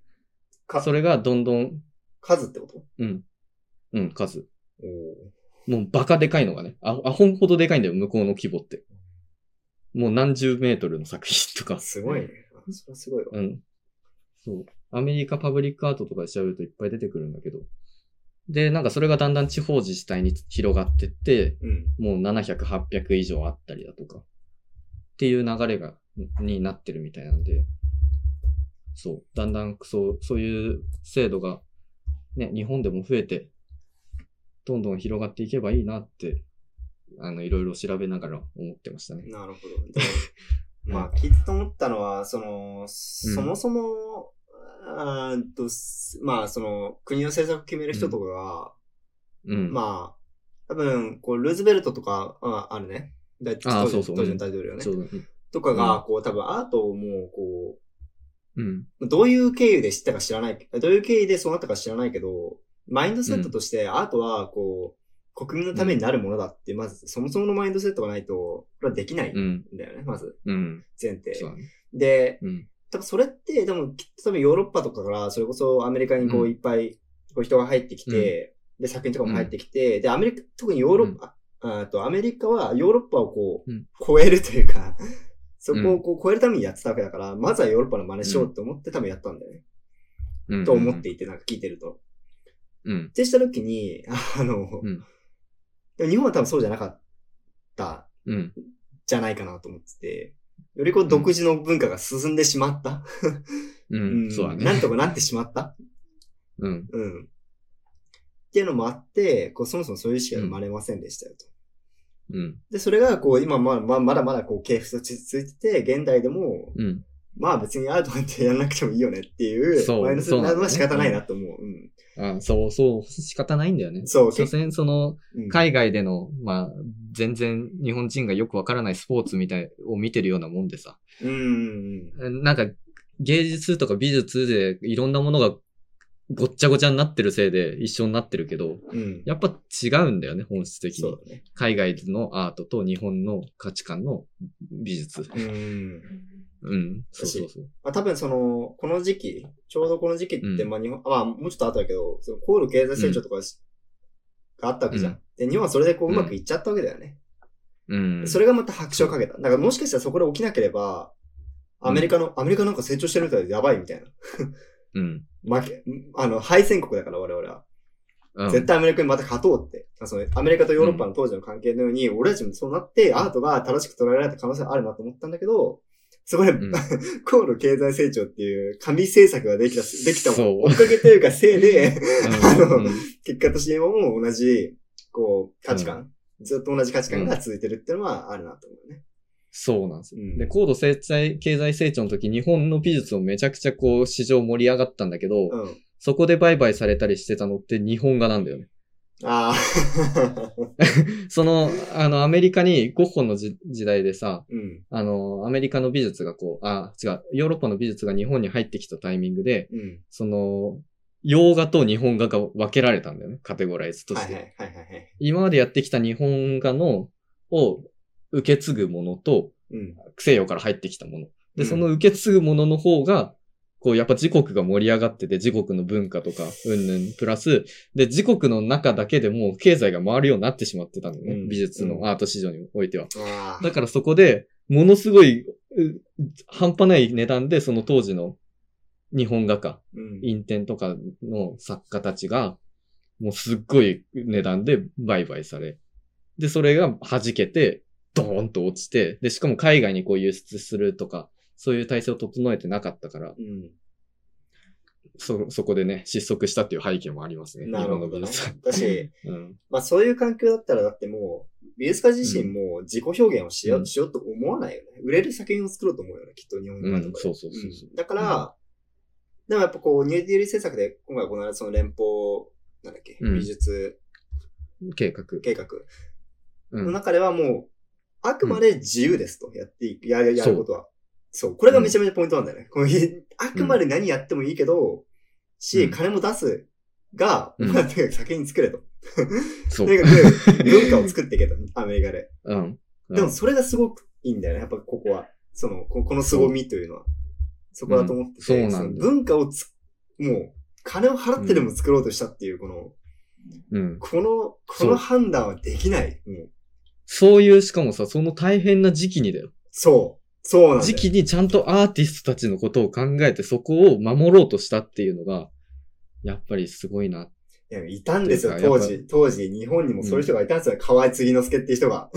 S2: か
S1: それがどんどん、
S2: 数ってこと
S1: うん、うん、数。
S2: おお。
S1: もうバカでかいのがね、あアホほどでかいんだよ、向こうの規模って。もう何十メートルの作品とか。 (laughs)
S2: すごいね。あそれはすごいわ。
S1: うん。そう。アメリカパブリックアートとかで調べるといっぱい出てくるんだけど。で、なんかそれがだんだん地方自治体に広がってって、
S2: うん。
S1: もう700、800以上あったりだとか。っていう流れが、になってるみたいなんで。そう。だんだん、そう、そういう制度が、ね、日本でも増えて、どんどん広がっていけばいいなって、あの、いろいろ調べながら思ってましたね。
S2: なるほど。でまあ、きっと思ったのは、その、そもそも、あーっと、すまあ、その、国の政策を決める人とかが、
S1: うん。
S2: まあ、多分、こう、ルーズベルトとか、ああるね。大
S1: あ
S2: 当時
S1: そうそう
S2: 当時の大統領ね
S1: ちょ。うど、うん
S2: とかが、こう、多分アートをもう、こ
S1: うん。
S2: う、どういう経由で知ったか知らない、どういう経緯でそうなったか知らないけど、マインドセットとしてアートは、こう、国民のためになるものだっていう、まず、そもそものマインドセットがないと、これはできないん
S1: うん。
S2: だよね、まず、
S1: うん。
S2: 前提。
S1: そうだね。
S2: で、
S1: うん。
S2: 多分それって、でも、きっと多分ヨーロッパとかから、それこそアメリカにこ
S1: う
S2: うんいっぱいこう人が入ってきて、で、作品とかも入ってきて、で、アメリカ、特にヨーロッパ、ああとアメリカはヨーロッパをこう、
S1: うん
S2: 超えるというか、 (laughs) そこをこう超えるためにやってたわけだから、まずはヨーロッパの真似しようって思って多分やったんだよね。
S1: うん
S2: と思って。いて、なんか聞いてると。
S1: うん。
S2: ってした時に、あの、
S1: うん
S2: でも日本は多分そうじゃなかった
S1: うん。
S2: じゃないかなと思ってて、よりこう独自の文化が進んでしまった。
S1: う。
S2: うんん
S1: そうだ
S2: なん
S1: ね。
S2: とかなってしまった。
S1: うん。
S2: うん。っていうのもあって、こう、そもそもそういう意識が生まれませんでしたよと。
S1: うん。
S2: で、それが、こう、今、まあ、まあ、まだまだ、こう、系譜と続いてて、現代でも、
S1: うん。
S2: まあ別にアートなんてやらなくてもいいよねっていう、
S1: そう
S2: マイナスになるのは仕
S1: そうなんだ
S2: 方
S1: よね
S2: ないなと思う。うん。
S1: あそうそう。仕方ないんだよね。
S2: そう、
S1: 所
S2: 結
S1: 詮、その、
S2: うん
S1: 海外での、まあ、全然日本人がよくわからないスポーツみたいを見てるようなもんでさ。
S2: うんうん
S1: なんか、芸術とか美術でいろんなものがごっちゃごちゃになってるせいで一緒になってるけど、
S2: うん。うん。
S1: やっぱ違うんだよね、本質的
S2: そ
S1: に
S2: う。だね。
S1: 海外のアートと日本の価値観の美術。
S2: うん。
S1: うん。そうそうそう。
S2: まあ多分その、この時期、ちょうどこの時期って、
S1: うん
S2: まあ日本、あまあもうちょっと後だけど、その高度経済成長とかし、があったわけじゃん。で、日本はそれでこううまくいっちゃったわけだよね。
S1: うん。
S2: それがまた拍手をかけた。だからもしかしたらそこで起きなければ、アメリカの、アメリカなんか成長してるみたいでやばいみたい
S1: うん。
S2: な。負け、あの、敗戦国だから我々は。
S1: うん。
S2: 絶対アメリカにまた勝とうって。そのアメリカとヨーロッパの当時の関係のように、俺たちもそうなって、アートが正しく捉えられた可能性あるなと思ったんだけど、そこで、
S1: ん
S2: 高度経済成長っていう神政策ができた、できた
S1: そう
S2: おかげというかせいで、
S1: (laughs) うんうん
S2: 結果として今も同じ、こう、価値観、ずっと同じ価値観が続いてるっていうのはあるなと思うね。
S1: そうなんですよ。
S2: うん
S1: で、高度成長経済成長の時、日本の美術をめちゃくちゃこう、市場盛り上がったんだけど、
S2: うん。
S1: そこで売買されたりしてたのって日本画なんだよね。
S2: ああ。
S1: その、あの、アメリカにゴッホのじ時代でさ、
S2: うん。
S1: あの、アメリカの美術がこう、あ、違う、ヨーロッパの美術が日本に入ってきたタイミングで、
S2: うん。
S1: その、洋画と日本画が分けられたんだよね、カテゴライズと
S2: は
S1: し
S2: い
S1: て。
S2: はいはいはいはい。
S1: 今までやってきた日本画の、を受け継ぐものと、
S2: うん。
S1: 西洋から入ってきたもの。
S2: う
S1: で、
S2: ん
S1: その受け継ぐものの方が、こう、やっぱ自国が盛り上がってて、自国の文化とか、うんぬん、プラス、で、自国の中だけでもう経済が回るようになってしまってたのね。
S2: うん
S1: 美術のアート市場においては。
S2: ああ
S1: だ。からそこで、ものすごい、う半端ない値段で、その当時の日本画家、
S2: うん。
S1: インテンとかの作家たちが、もうすっごい値段で売買され。で、それが弾けて、ドーンと落ちて、で、しかも海外にこう輸出するとか、そういう体制を整えてなかったから、
S2: うん。
S1: そ、そこでね、失速したっていう背景もありますね。
S2: なるほど
S1: 日本の
S2: ね
S1: 美術は。
S2: だ
S1: (laughs)
S2: し、
S1: うん。
S2: まあそういう環境だったらだってもう、美術家自身も自己表現をしよう、
S1: うん
S2: しようと思わないよね。売れる作品を作ろうと思うよね、きっと日本
S1: う
S2: 画とかで
S1: ん、そうそうそうそう
S2: うんだから、でもやっぱこう、ニューディール政策で今回行われたその連邦、なんだっけ、
S1: うん
S2: 美術
S1: 計画。
S2: 計画
S1: う
S2: の
S1: ん。
S2: 中ではもう、あくまで自由ですと、やっていく、やる、やることは。そう。これがめちゃめちゃポイントなんだよね。このあくまで何やってもいいけど、し、
S1: うん
S2: 金も出すが、
S1: うん
S2: まあとにかく先に作れと。
S1: そう
S2: と。にかく文化を作ってい
S1: (laughs)
S2: けと、アメリカで。
S1: うん。うん
S2: でもそれがすごくいいんだよね、やっぱここは。その、ここの凄みというのは。そこだと思ってて、
S1: うんそうなんだ
S2: その文化をつ、もう、金を払ってでも作ろうとしたっていう、この、
S1: うん。
S2: この、こ
S1: そう
S2: の判断はできない。もう
S1: そういう、しかもさ、その大変な時期にだよ。
S2: そう。そうなんだよ。
S1: 時期にちゃんとアーティストたちのことを考えてそこを守ろうとしたっていうのが、やっぱりすごいな。
S2: いや、いたんですよ、
S1: というか
S2: 当
S1: や
S2: 時。当時、日本にもそういう人がいたんですよ。河合継之助っていう人が。 (laughs)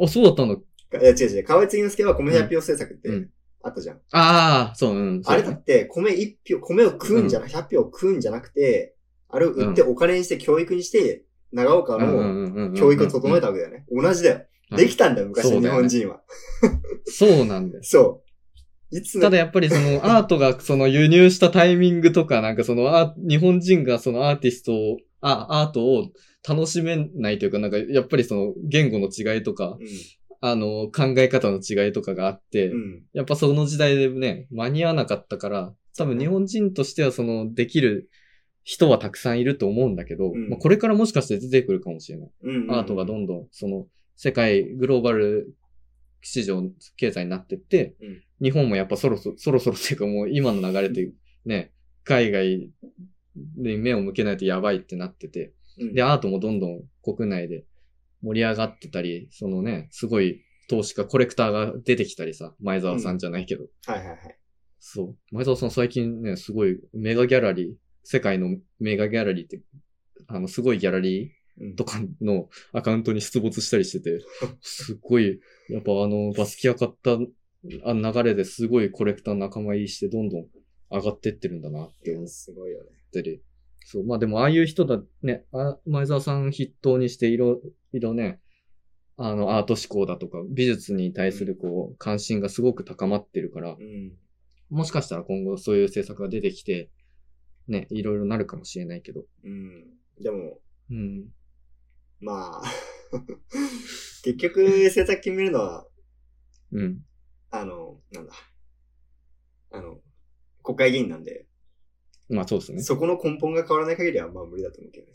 S1: あ、そうだったの
S2: いや、違う違う。河合継之助は米100票政策
S1: う
S2: って
S1: ん
S2: あったじゃん。
S1: ああ、そう、うん。そう
S2: あれだって、米1票、米を食うんじゃな、100票を食うんじゃなくて、あれを売ってお金にして教育にして、長岡の教育を整え
S1: た。
S2: たわけだよね。同じだよ。
S1: うん
S2: できたんだよ、昔
S1: そ
S2: の
S1: う
S2: 日
S1: だよね
S2: 本人は。
S1: そうなんです。
S2: そう。いつ
S1: ただやっぱりそのアートがその輸入したタイミングとかなんかそのアー日本人がそのアーティストあ、アートを楽しめないというか、なんか、やっぱりその、言語の違いとか、あの、考え方の違いとかがあって、
S2: うん。
S1: やっぱその時代でね、間に合わなかったから、多分日本人としてはその、できる人はたくさんいると思うんだけど、
S2: うん
S1: まあこれからもしかして出てくるかもしれない。
S2: うん。
S1: アートがどんどん、その、世界、グローバル市場経済になってって、
S2: うん
S1: 日本もやっぱそろそろ、そろそろっていうかもう今の流れという、ね、海外に目を向けないとやばいってなってて、
S2: うん。
S1: で、アートもどんどん国内で盛り上がってたり、そのね、すごい投資家、コレクターが出てきたりさ、前澤さんじゃないけど。
S2: はいはいはい。
S1: そう。前澤さん最近ね、すごいメガギャラリー、世界のメガギャラリーって、あの、すごいギャラリー
S2: うん
S1: とかのアカウントに出没したりしてて、すっごい、やっぱあの、バスキア買ったあ流れですごいコレクター仲間入りしてどんどん上がってってるんだなって思っ
S2: すごいよね。
S1: たり。そう、まあでもああいう人だ、ね、あ前澤さん筆頭にしていろいろね、あの、アート思考だとか、美術に対するこう、関心がすごく高まってるから
S2: う、ん。
S1: もしかしたら今後そういう政策が出てきて、ね、いろいろなるかもしれないけど。
S2: うん。でも、
S1: うん。
S2: まあ、 (laughs) 結局、政策決めるのは、
S1: うん。
S2: あの、なんだ。あの、国会議員なんで、
S1: まあそうですね。
S2: そこの根本が変わらない限りは、まあ無理だと思うけどね。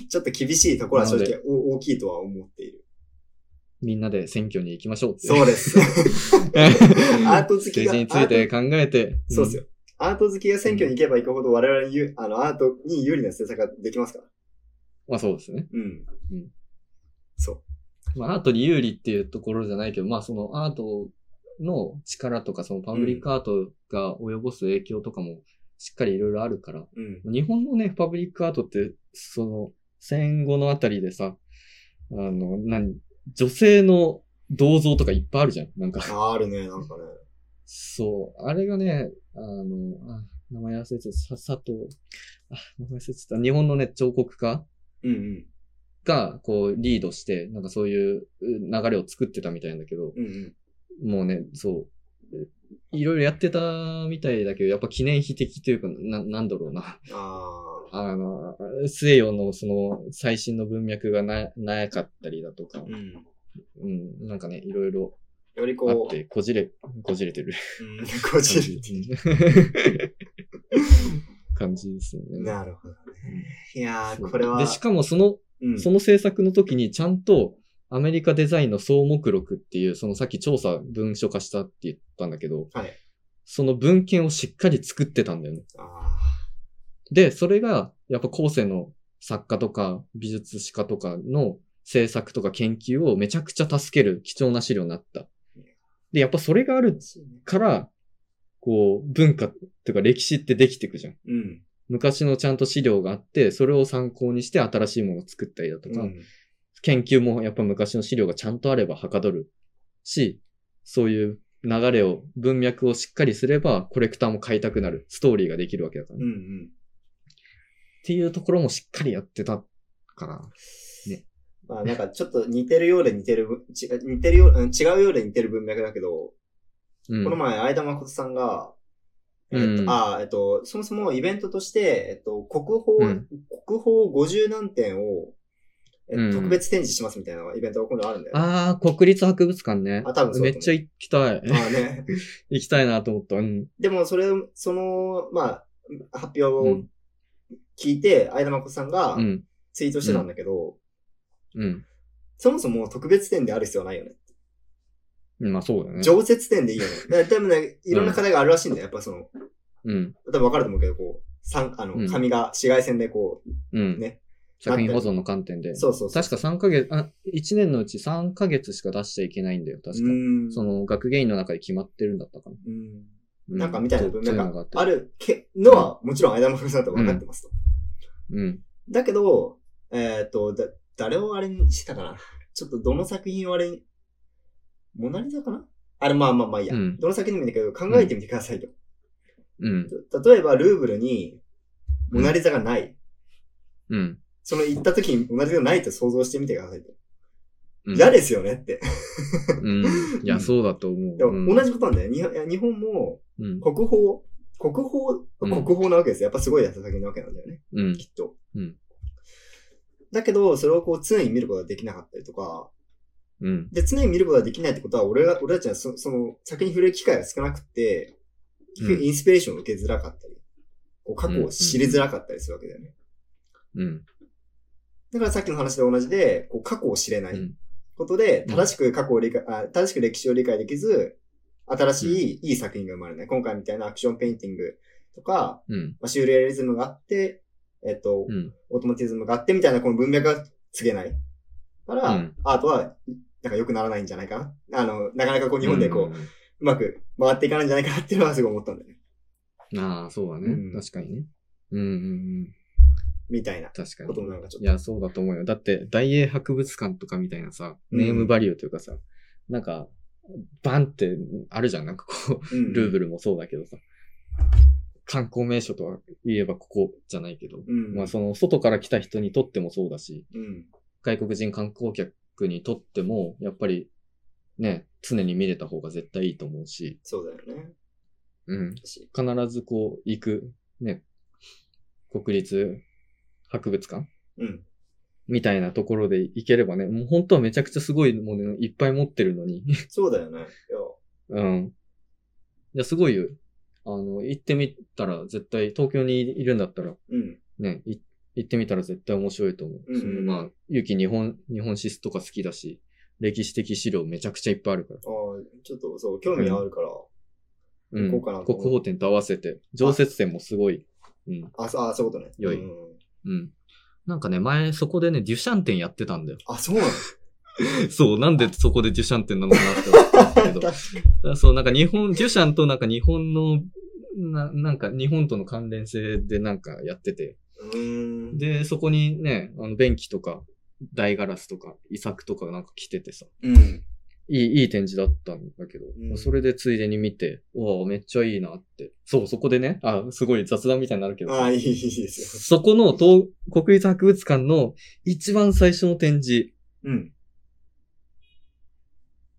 S1: (laughs)
S2: ちょっと厳しいところは正
S1: なの
S2: 直お大きいとは思ってい
S1: (laughs)
S2: る。
S1: みんなで選挙に行きましょうって。
S2: そうです。
S1: (laughs)
S2: アート好き
S1: 政
S2: が。
S1: 治について
S2: アート
S1: 考えて。
S2: そうですよ。アート好きが選挙に行けば行くほど我々にゆ、あの、アートに有利な政策ができますから。
S1: うん。まあそうですね。
S2: うん。
S1: うん
S2: そ
S1: まあアートに有利っていうところじゃないけど、まあそのアートの力とか、そのパブリックアートが及ぼす影響とかもしっかりいろいろあるから、
S2: う。うん。
S1: 日本のね、パブリックアートって、その戦後のあたりでさ、あの、何、女性の銅像とかいっぱいあるじゃん。なんか。
S2: あーあるね、なんかね。
S1: そう。あれがね、あの、あ名前忘れちゃった。さ佐藤、あ、名前忘れちゃった。日本のね、彫刻家
S2: うんうん。
S1: が、こう、リードして、なんかそういうう流れを作ってたみたいなんだけど、
S2: うんうん。
S1: もうね、そう。えいろいろやってたみたいだけど、やっぱ記念碑的というか、な、なんだろうな。 (laughs)
S2: ああ。
S1: あの、西洋のその最新の文脈がな、なかったりだとか、
S2: うん。
S1: うん、なんかね、いろいろ
S2: より
S1: あっ
S2: こう、
S1: て、こじれ、こじれてる
S2: うん、こじる。
S1: (laughs) 感じですよ
S2: (laughs)
S1: ね。
S2: なるほどね。いや
S1: そ
S2: ー、
S1: う
S2: これは
S1: で、、しかもその、
S2: うん
S1: その制作の時にちゃんとアメリカデザインの総目録っていう、そのさっき調査文書化したって言ったんだけど、
S2: はい。
S1: その文献をしっかり作ってたんだよね。
S2: あ
S1: で、それが、やっぱ後世の作家とか美術史家とかの制作とか研究をめちゃくちゃ助ける貴重な資料になった。で、やっぱそれがある
S2: ーそうね
S1: から、こう、文化っていうか歴史ってできてくじゃん。
S2: うん。
S1: 昔のちゃんと資料があって、それを参考にして新しいものを作ったりだとか、
S2: うん
S1: 研究もやっぱ昔の資料がちゃんとあればはかどるし、そういう流れを、文脈をしっかりすれば、コレクターも買いたくなる、ストーリーができるわけだから、
S2: う
S1: っ
S2: んうん。
S1: ていうところもしっかりやってたから。
S2: まあなんかちょっと似てるようで似てるぶ、ち似てるよう、うん違うようで似てる文脈だけど、
S1: うん。
S2: この前、相田誠さんが、えっ
S1: うん
S2: と、あーえっと、そもそもイベントとして、えっと、国宝、
S1: うん
S2: 国宝50何点を、えっと
S1: うん
S2: 特別展示しますみたいなイベントが今度あるんだよ。
S1: ああ、国立博物館ね。
S2: あ多分そうだと思
S1: め
S2: う
S1: っちゃ行きたい。 (laughs)
S2: まあね。
S1: 行きたいなと思った。うん。
S2: でも、それ、その、まあ、発表
S1: う
S2: を
S1: ん。
S2: 聞いて、相田誠さんが
S1: うん。
S2: ツイートしてたんだけど、
S1: うん。
S2: そもそも特別展である必要はないよね。
S1: うんまあそうだね。
S2: 常設展でいいよね。
S1: (laughs)
S2: だから多分ね、いろんな課題があるらしいんだよ。やっぱその、
S1: うん。
S2: 多分わかると思うけど、こう、さんあ
S1: う
S2: の、
S1: ん
S2: 紙が紫外線でこ
S1: うん。
S2: ね
S1: 作品保存の観点で
S2: う、。そうそうそう。
S1: 確か3ヶ月、あ、1年のうち3ヶ月しか出しちゃいけないんだよ、確か。
S2: うん
S1: その学芸員の中で決まってるんだったかな。
S2: うん
S1: う
S2: なんかみたいな
S1: そう
S2: 文
S1: そういうの
S2: 脈
S1: があ
S2: が
S1: って
S2: あるけのは、もちろん間間さんだと分かってますと。
S1: うん。
S2: だけど、えっ、と、だ、誰をあれにしたかなちょっとどの作品をあれに、モナリザかなあれ、まあまあまあいいや。
S1: うん
S2: どの作品でもいいんだけど、考えてみてくださいと。
S1: うん。
S2: 例えば、ルーブルに、モナリザがない。
S1: うん。
S2: その行った時にモナリザがないと想像してみてくださいと。
S1: うん
S2: 嫌、ですよねって。
S1: うん。いや、そうだと思う。
S2: でも
S1: うん
S2: 同じことなんだよ。日本いや日本も、
S1: うん。
S2: 国宝、国宝、
S1: うん
S2: 国宝なわけですよ。やっぱすごい作品なわけなんだよね。
S1: うん。
S2: きっと。
S1: うん
S2: だけど、それをこう常に見ることができなかったりとか、
S1: うん。
S2: で、常に見ることができないってことは、俺ら、俺たちはそその先に触れる機会が少なくて、結局インスピレーションを受けづらかったり、こう過去を知りづらかったりするわけだよね。
S1: うん。
S2: だからさっきの話で同じで、こう過去を知れな
S1: う
S2: い
S1: ん
S2: ことで、
S1: うん
S2: 正しく過去を理解、あ正しく歴史を理解できず、新しい、いい作品が生まれない。今回みたいなアクションペインティングとか、
S1: うん。
S2: まあ、シューレアリズムがあって、えっと、
S1: うん。
S2: オートマティズムがあってみたいなこの文脈が告げない。から、
S1: うん
S2: アートは、なんか良くならないんじゃないかな。あの、なかなかこう日本でこう、う
S1: うん。
S2: まく回っていかないんじゃないかなっていうのはすごい思ったんだよね。
S1: ああ、そうだね、
S2: うん
S1: 確かにね。うんうんうん。
S2: みたいな
S1: 確か
S2: ことも
S1: に。
S2: なんかちょっ
S1: い
S2: と。
S1: や、そうだと思うよ。だって、大英博物館とかみたいなさ、
S2: うん
S1: ネームバリューというかさ、なんか、バンってあるじゃん。なんかこう、
S2: うん
S1: ルーブルもそうだけどさ。観光名所とは言えばここじゃないけど。
S2: うん。
S1: まあ、その、外から来た人にとってもそうだし、
S2: うん。
S1: 外国人観光客にとっても、やっぱり、ね、常に見れた方が絶対いいと思うし、
S2: そうだよね。
S1: うん。
S2: 私
S1: 必ずこう、行く、ね、国立博物館
S2: うん。
S1: みたいなところで行ければね、もう本当はめちゃくちゃすごいものいっぱい持ってるのに、 (laughs)
S2: そうだよね。いや
S1: うん。いや、すごいよ。あの、行ってみたら絶対、東京にいるんだったら、
S2: うん。
S1: ね、い行ってみたら絶対面白いと思う。
S2: うんうん
S1: そのまあ、ゆき日本、日本史とか好きだし、歴史的資料めちゃくちゃいっぱいあるから。
S2: ああ、ちょっとそう、興味があるから。
S1: うん。
S2: 行こうかなと
S1: 国宝展と合わせて、常設展もすごい。うん。
S2: あ、そう、あそういうことね。
S1: 良い
S2: うん
S1: うん。なんかね、前そこでね、デュシャン展やってたんだよ。 (laughs)
S2: あ、そうなの
S1: そう、なんでそこでデュシャン展なのかなって思ったんだけ
S2: (laughs) 確
S1: ど。そう、なんか日本、デュシャンとなんか日本の、な、なんか日本との関連性でなんかやってて。
S2: うーん。
S1: で、そこにね、あの、便器とか、大ガラスとか、遺作とかなんか来ててさ。
S2: うん。
S1: いい、いい展示だったんだけど、
S2: うん
S1: それでついでに見て、うわあめっちゃいいなって。そう、そこでね、あ、すごい雑談みたいになるけど、
S2: ああ、いいいいですよ。
S1: そこの東国立博物館の一番最初の展示、
S2: うん。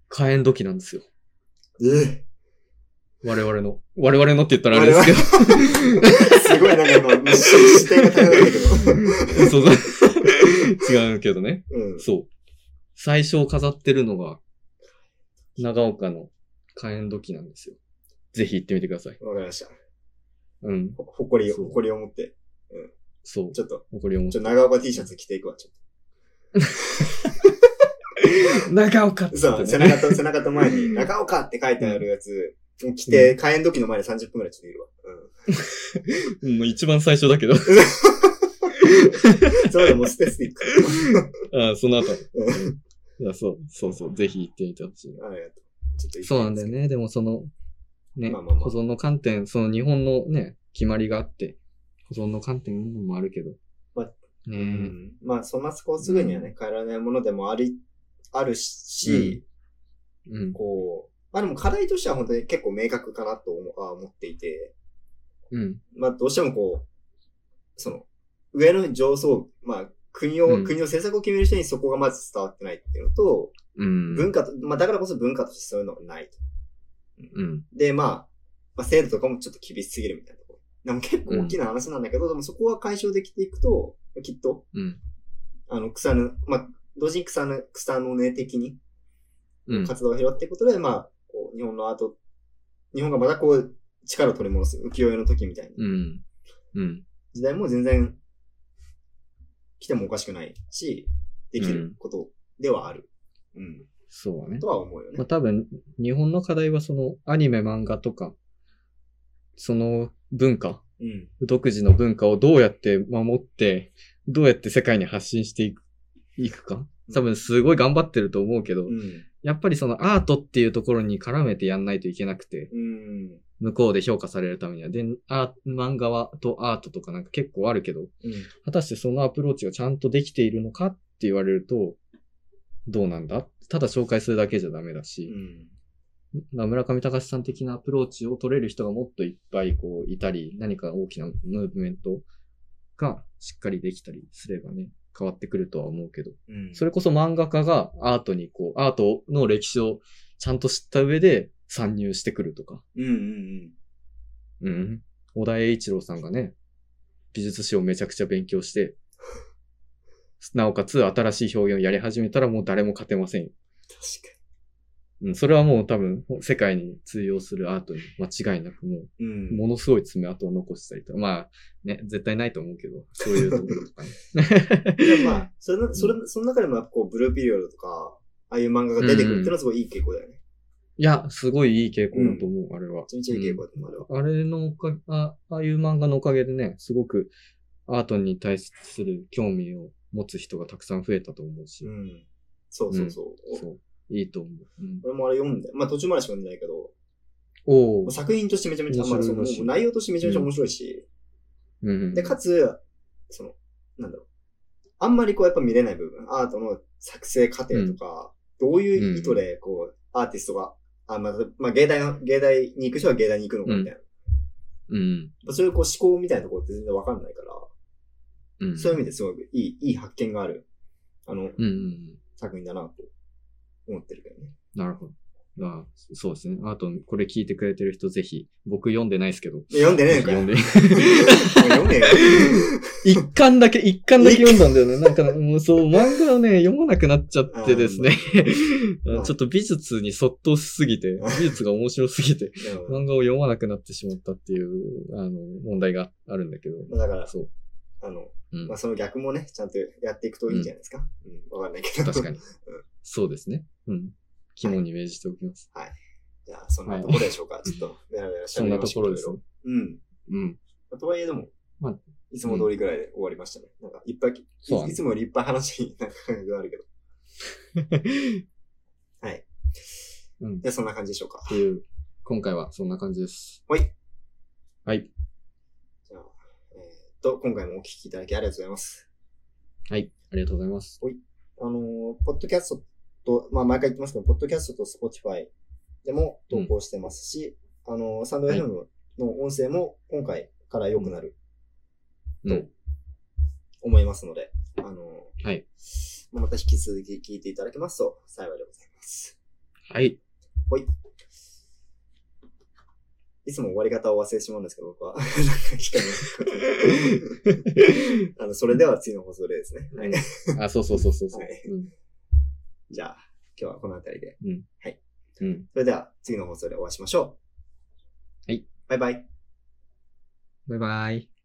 S1: 火炎土器なんですよ。
S2: ええ。
S1: 我々の。我々のって言ったらあれです
S2: (laughs) すごいなんか今、し視点が高いんだけど。 (laughs)
S1: けど。そうそう。違うけどね。
S2: うん。
S1: そう。最初飾ってるのが、長岡の火炎土器なんですよ。ぜひ行ってみてください。
S2: わかりました。
S1: うん。
S2: ほ誇りを、
S1: そう
S2: 誇りを持って。
S1: そう
S2: ち。ょっと、
S1: 誇りを持
S2: ちょっと長岡 T シャツ着ていくわ、ちょっ
S1: つ。長岡っ
S2: と。
S1: つって
S2: そ
S1: ね
S2: う、背中と、背中と前に、長岡って書いてあるやつ、着て、火炎時の前で30分くらいちょっといるわ。
S1: うん、一番最初だけど。 (laughs)
S2: うん。それでもうステスティック。
S1: (laughs) あその後。
S2: うん
S1: いや、そう、そうそう、ぜひ行ってみてほしい。
S2: ありがとう。ちょっと
S1: そうなんだよ。ね。でもその、ね、
S2: まあまあまあ
S1: 保存の観点、その日本のね、決まりがあって、保存の観点もあるけど。
S2: まあ
S1: ねえ、
S2: うんまあ、そんなこうすぐにはね、変えられないものでもあり、あるし、
S1: うん。
S2: こう、まあでも課題としては本当に結構明確かなと思あ思っていて、
S1: うん。
S2: まあどうしてもこう、その、上の上層、まあ国を、
S1: うん
S2: 国の政策を決める人にそこがまず伝わってないっていうのと、
S1: うん。
S2: 文化と、まあだからこそ文化としてそういうのがないと。
S1: うん。
S2: で、まあ、まあ制度とかもちょっと厳しすぎるみたいなところ。でも結構大きな話なんだけど、でもそこは解消できていくと、きっと、
S1: うん。
S2: あの、草の、まあ、同時に草の、草の根的に
S1: うん。
S2: 活動を拾っていくことで、まあ、こう、日本のアート、日本がまたこう、力を取り戻す、浮世絵の時みたいな
S1: うん。うん。
S2: 時代も全然来てもおかしくないし、できることではある。うん。
S1: そうだね
S2: と。は思うよね
S1: まあ。多分、日本の課題はその、アニメ、漫画とか、その文化
S2: うん。
S1: 独自の文化をどうやって守って、どうやって世界に発信していくいくか多分すごい頑張ってると思うけど、
S2: うん。
S1: やっぱりそのアートっていうところに絡めてやんないといけなくて、
S2: うん。
S1: 向こうで評価されるためには。で、アー漫画はとアートとかなんか結構あるけど、
S2: うん。
S1: 果たしてそのアプローチがちゃんとできているのかって言われると、どうなんだただ紹介するだけじゃダメだ
S2: う
S1: し、
S2: ん。
S1: まあ村上隆さん的なアプローチを取れる人がもっといっぱいこういたり、何か大きなムーブメントがしっかりできたりすればね、変わってくるとは思うけど、
S2: うん。
S1: それこそ漫画家がアートにこう、アートの歴史をちゃんと知った上で参入してくるとか、
S2: うん。
S1: う
S2: うん。
S1: ん。小田栄一郎さんがね、美術史をめちゃくちゃ勉強して、なおかつ新しい表現をやり始めたらもう誰も勝てませんよ。
S2: 確か
S1: うん、それはもう多分世界に通用するアートに間違いなくも
S2: に。う
S1: う、
S2: ん。
S1: ものすごい爪痕を残したりとか、まあね、絶対ないと思うけど、そういうところとかね。
S2: (laughs) でもまあ、それの、それ、その中でもやっぱこう、ブルーピリオドとか、ああいう漫画が出てくるっていうのはすごいいい傾向だよね。
S1: (laughs) いや、すごいいい傾向だと思う、あれは
S2: め。ちゃめちゃいい傾向だと思う、あれは。
S1: あれのおかげあ、ああいう漫画のおかげでね、すごくアートに対する興味を持つ人がたくさん増えたと思うし、
S2: うん。そうそうそう。
S1: そう、いいと思う。うん、
S2: 俺もあれ読んで、まあ途中までしか読んでないけど、
S1: おお、
S2: 作品としてめちゃめちゃ、まあその
S1: 面白いらしい
S2: 内容としてめちゃめちゃ面白いし、
S1: うん、
S2: で、かつ、その、なんだろう。あんまりこうやっぱ見れない部分、アートの作成過程とか、どういう意図でこう、アーティストが、あ、まあ、まあ、芸大の、芸大に行く人は芸大に行くのかみたいな。
S1: うん、
S2: そういうこう思考みたいなところって全然わかんないから、
S1: うん、
S2: そういう意味ですごくいい、いい発見がある、あの、
S1: うん、うん。
S2: 作品だなと思ってるけどね。
S1: なるほど。あそうですね。あと、これ聞いてくれてる人、ぜひ、僕読んでないですけど。
S2: で読んでねえのか
S1: 読
S2: よ (laughs)
S1: んで。
S2: 読めよ。
S1: 一巻だけ、一巻だけ読んだんだよね。なんか、もうそう、漫画をね、読まなくなっちゃってですね。
S2: あ
S1: (laughs)
S2: まあ
S1: ちょっと美術にそっとしすぎて、美術が面白すぎて、
S2: でも
S1: 漫画を読まなくなってしまったっていう、あの、問題があるんだけど。
S2: まあだから、
S1: そう。
S2: あの、
S1: うん
S2: まあ、その逆もね、ちゃんとやっていくといいんじゃないですか。うん、わ、かんないけど。
S1: 確かに。そうですね。うん。肝に銘じておきます。
S2: じゃあ、そんなところでしょうか。ちょっと、ベラベラしゃ
S1: そ
S2: べ
S1: ん
S2: り
S1: な
S2: ま
S1: と
S2: した
S1: こ
S2: けど
S1: ろですね。
S2: うん。
S1: うん。
S2: とはいえ、でも、
S1: まあ
S2: いつも通りぐらいで終わりましたね。なんか、いっぱいき、
S1: そうだ
S2: い
S1: ね
S2: いつもよりいっぱい話になんか感覚が
S1: (laughs)
S2: あるけど。はい。
S1: うん
S2: じゃあ、そんな感じでしょうか。
S1: っていう、今回はそんな感じです。
S2: はい。
S1: はい。
S2: じゃあ、えーっと、今回もお聞きいただきありがとうございます。
S1: はい。ありがとうございます。
S2: あのーポッドキャストと、まあ、毎回言ってますけど、ポッドキャストと Spotify でも投稿してますし、あのーサンド
S1: はい
S2: FM の音声も今回から良くなる
S1: う
S2: と
S1: ん。
S2: 思いますので、あのー
S1: はい。
S2: まあまた引き続き聞いていただけますと幸いでございます。 (laughs)
S1: はい。
S2: いつも終わり方を忘れてしまうんですけど、僕は。 (laughs) なんか聞かない。あの、それでは次の放送でですね。はい。
S1: あ、そうそうそうそうそう、
S2: はい
S1: うん。
S2: じゃあ、今日はこの辺りで。
S1: うん。
S2: それでは次の放送でお会いしましょう。
S1: はい。
S2: バイバイ。
S1: バイバイ。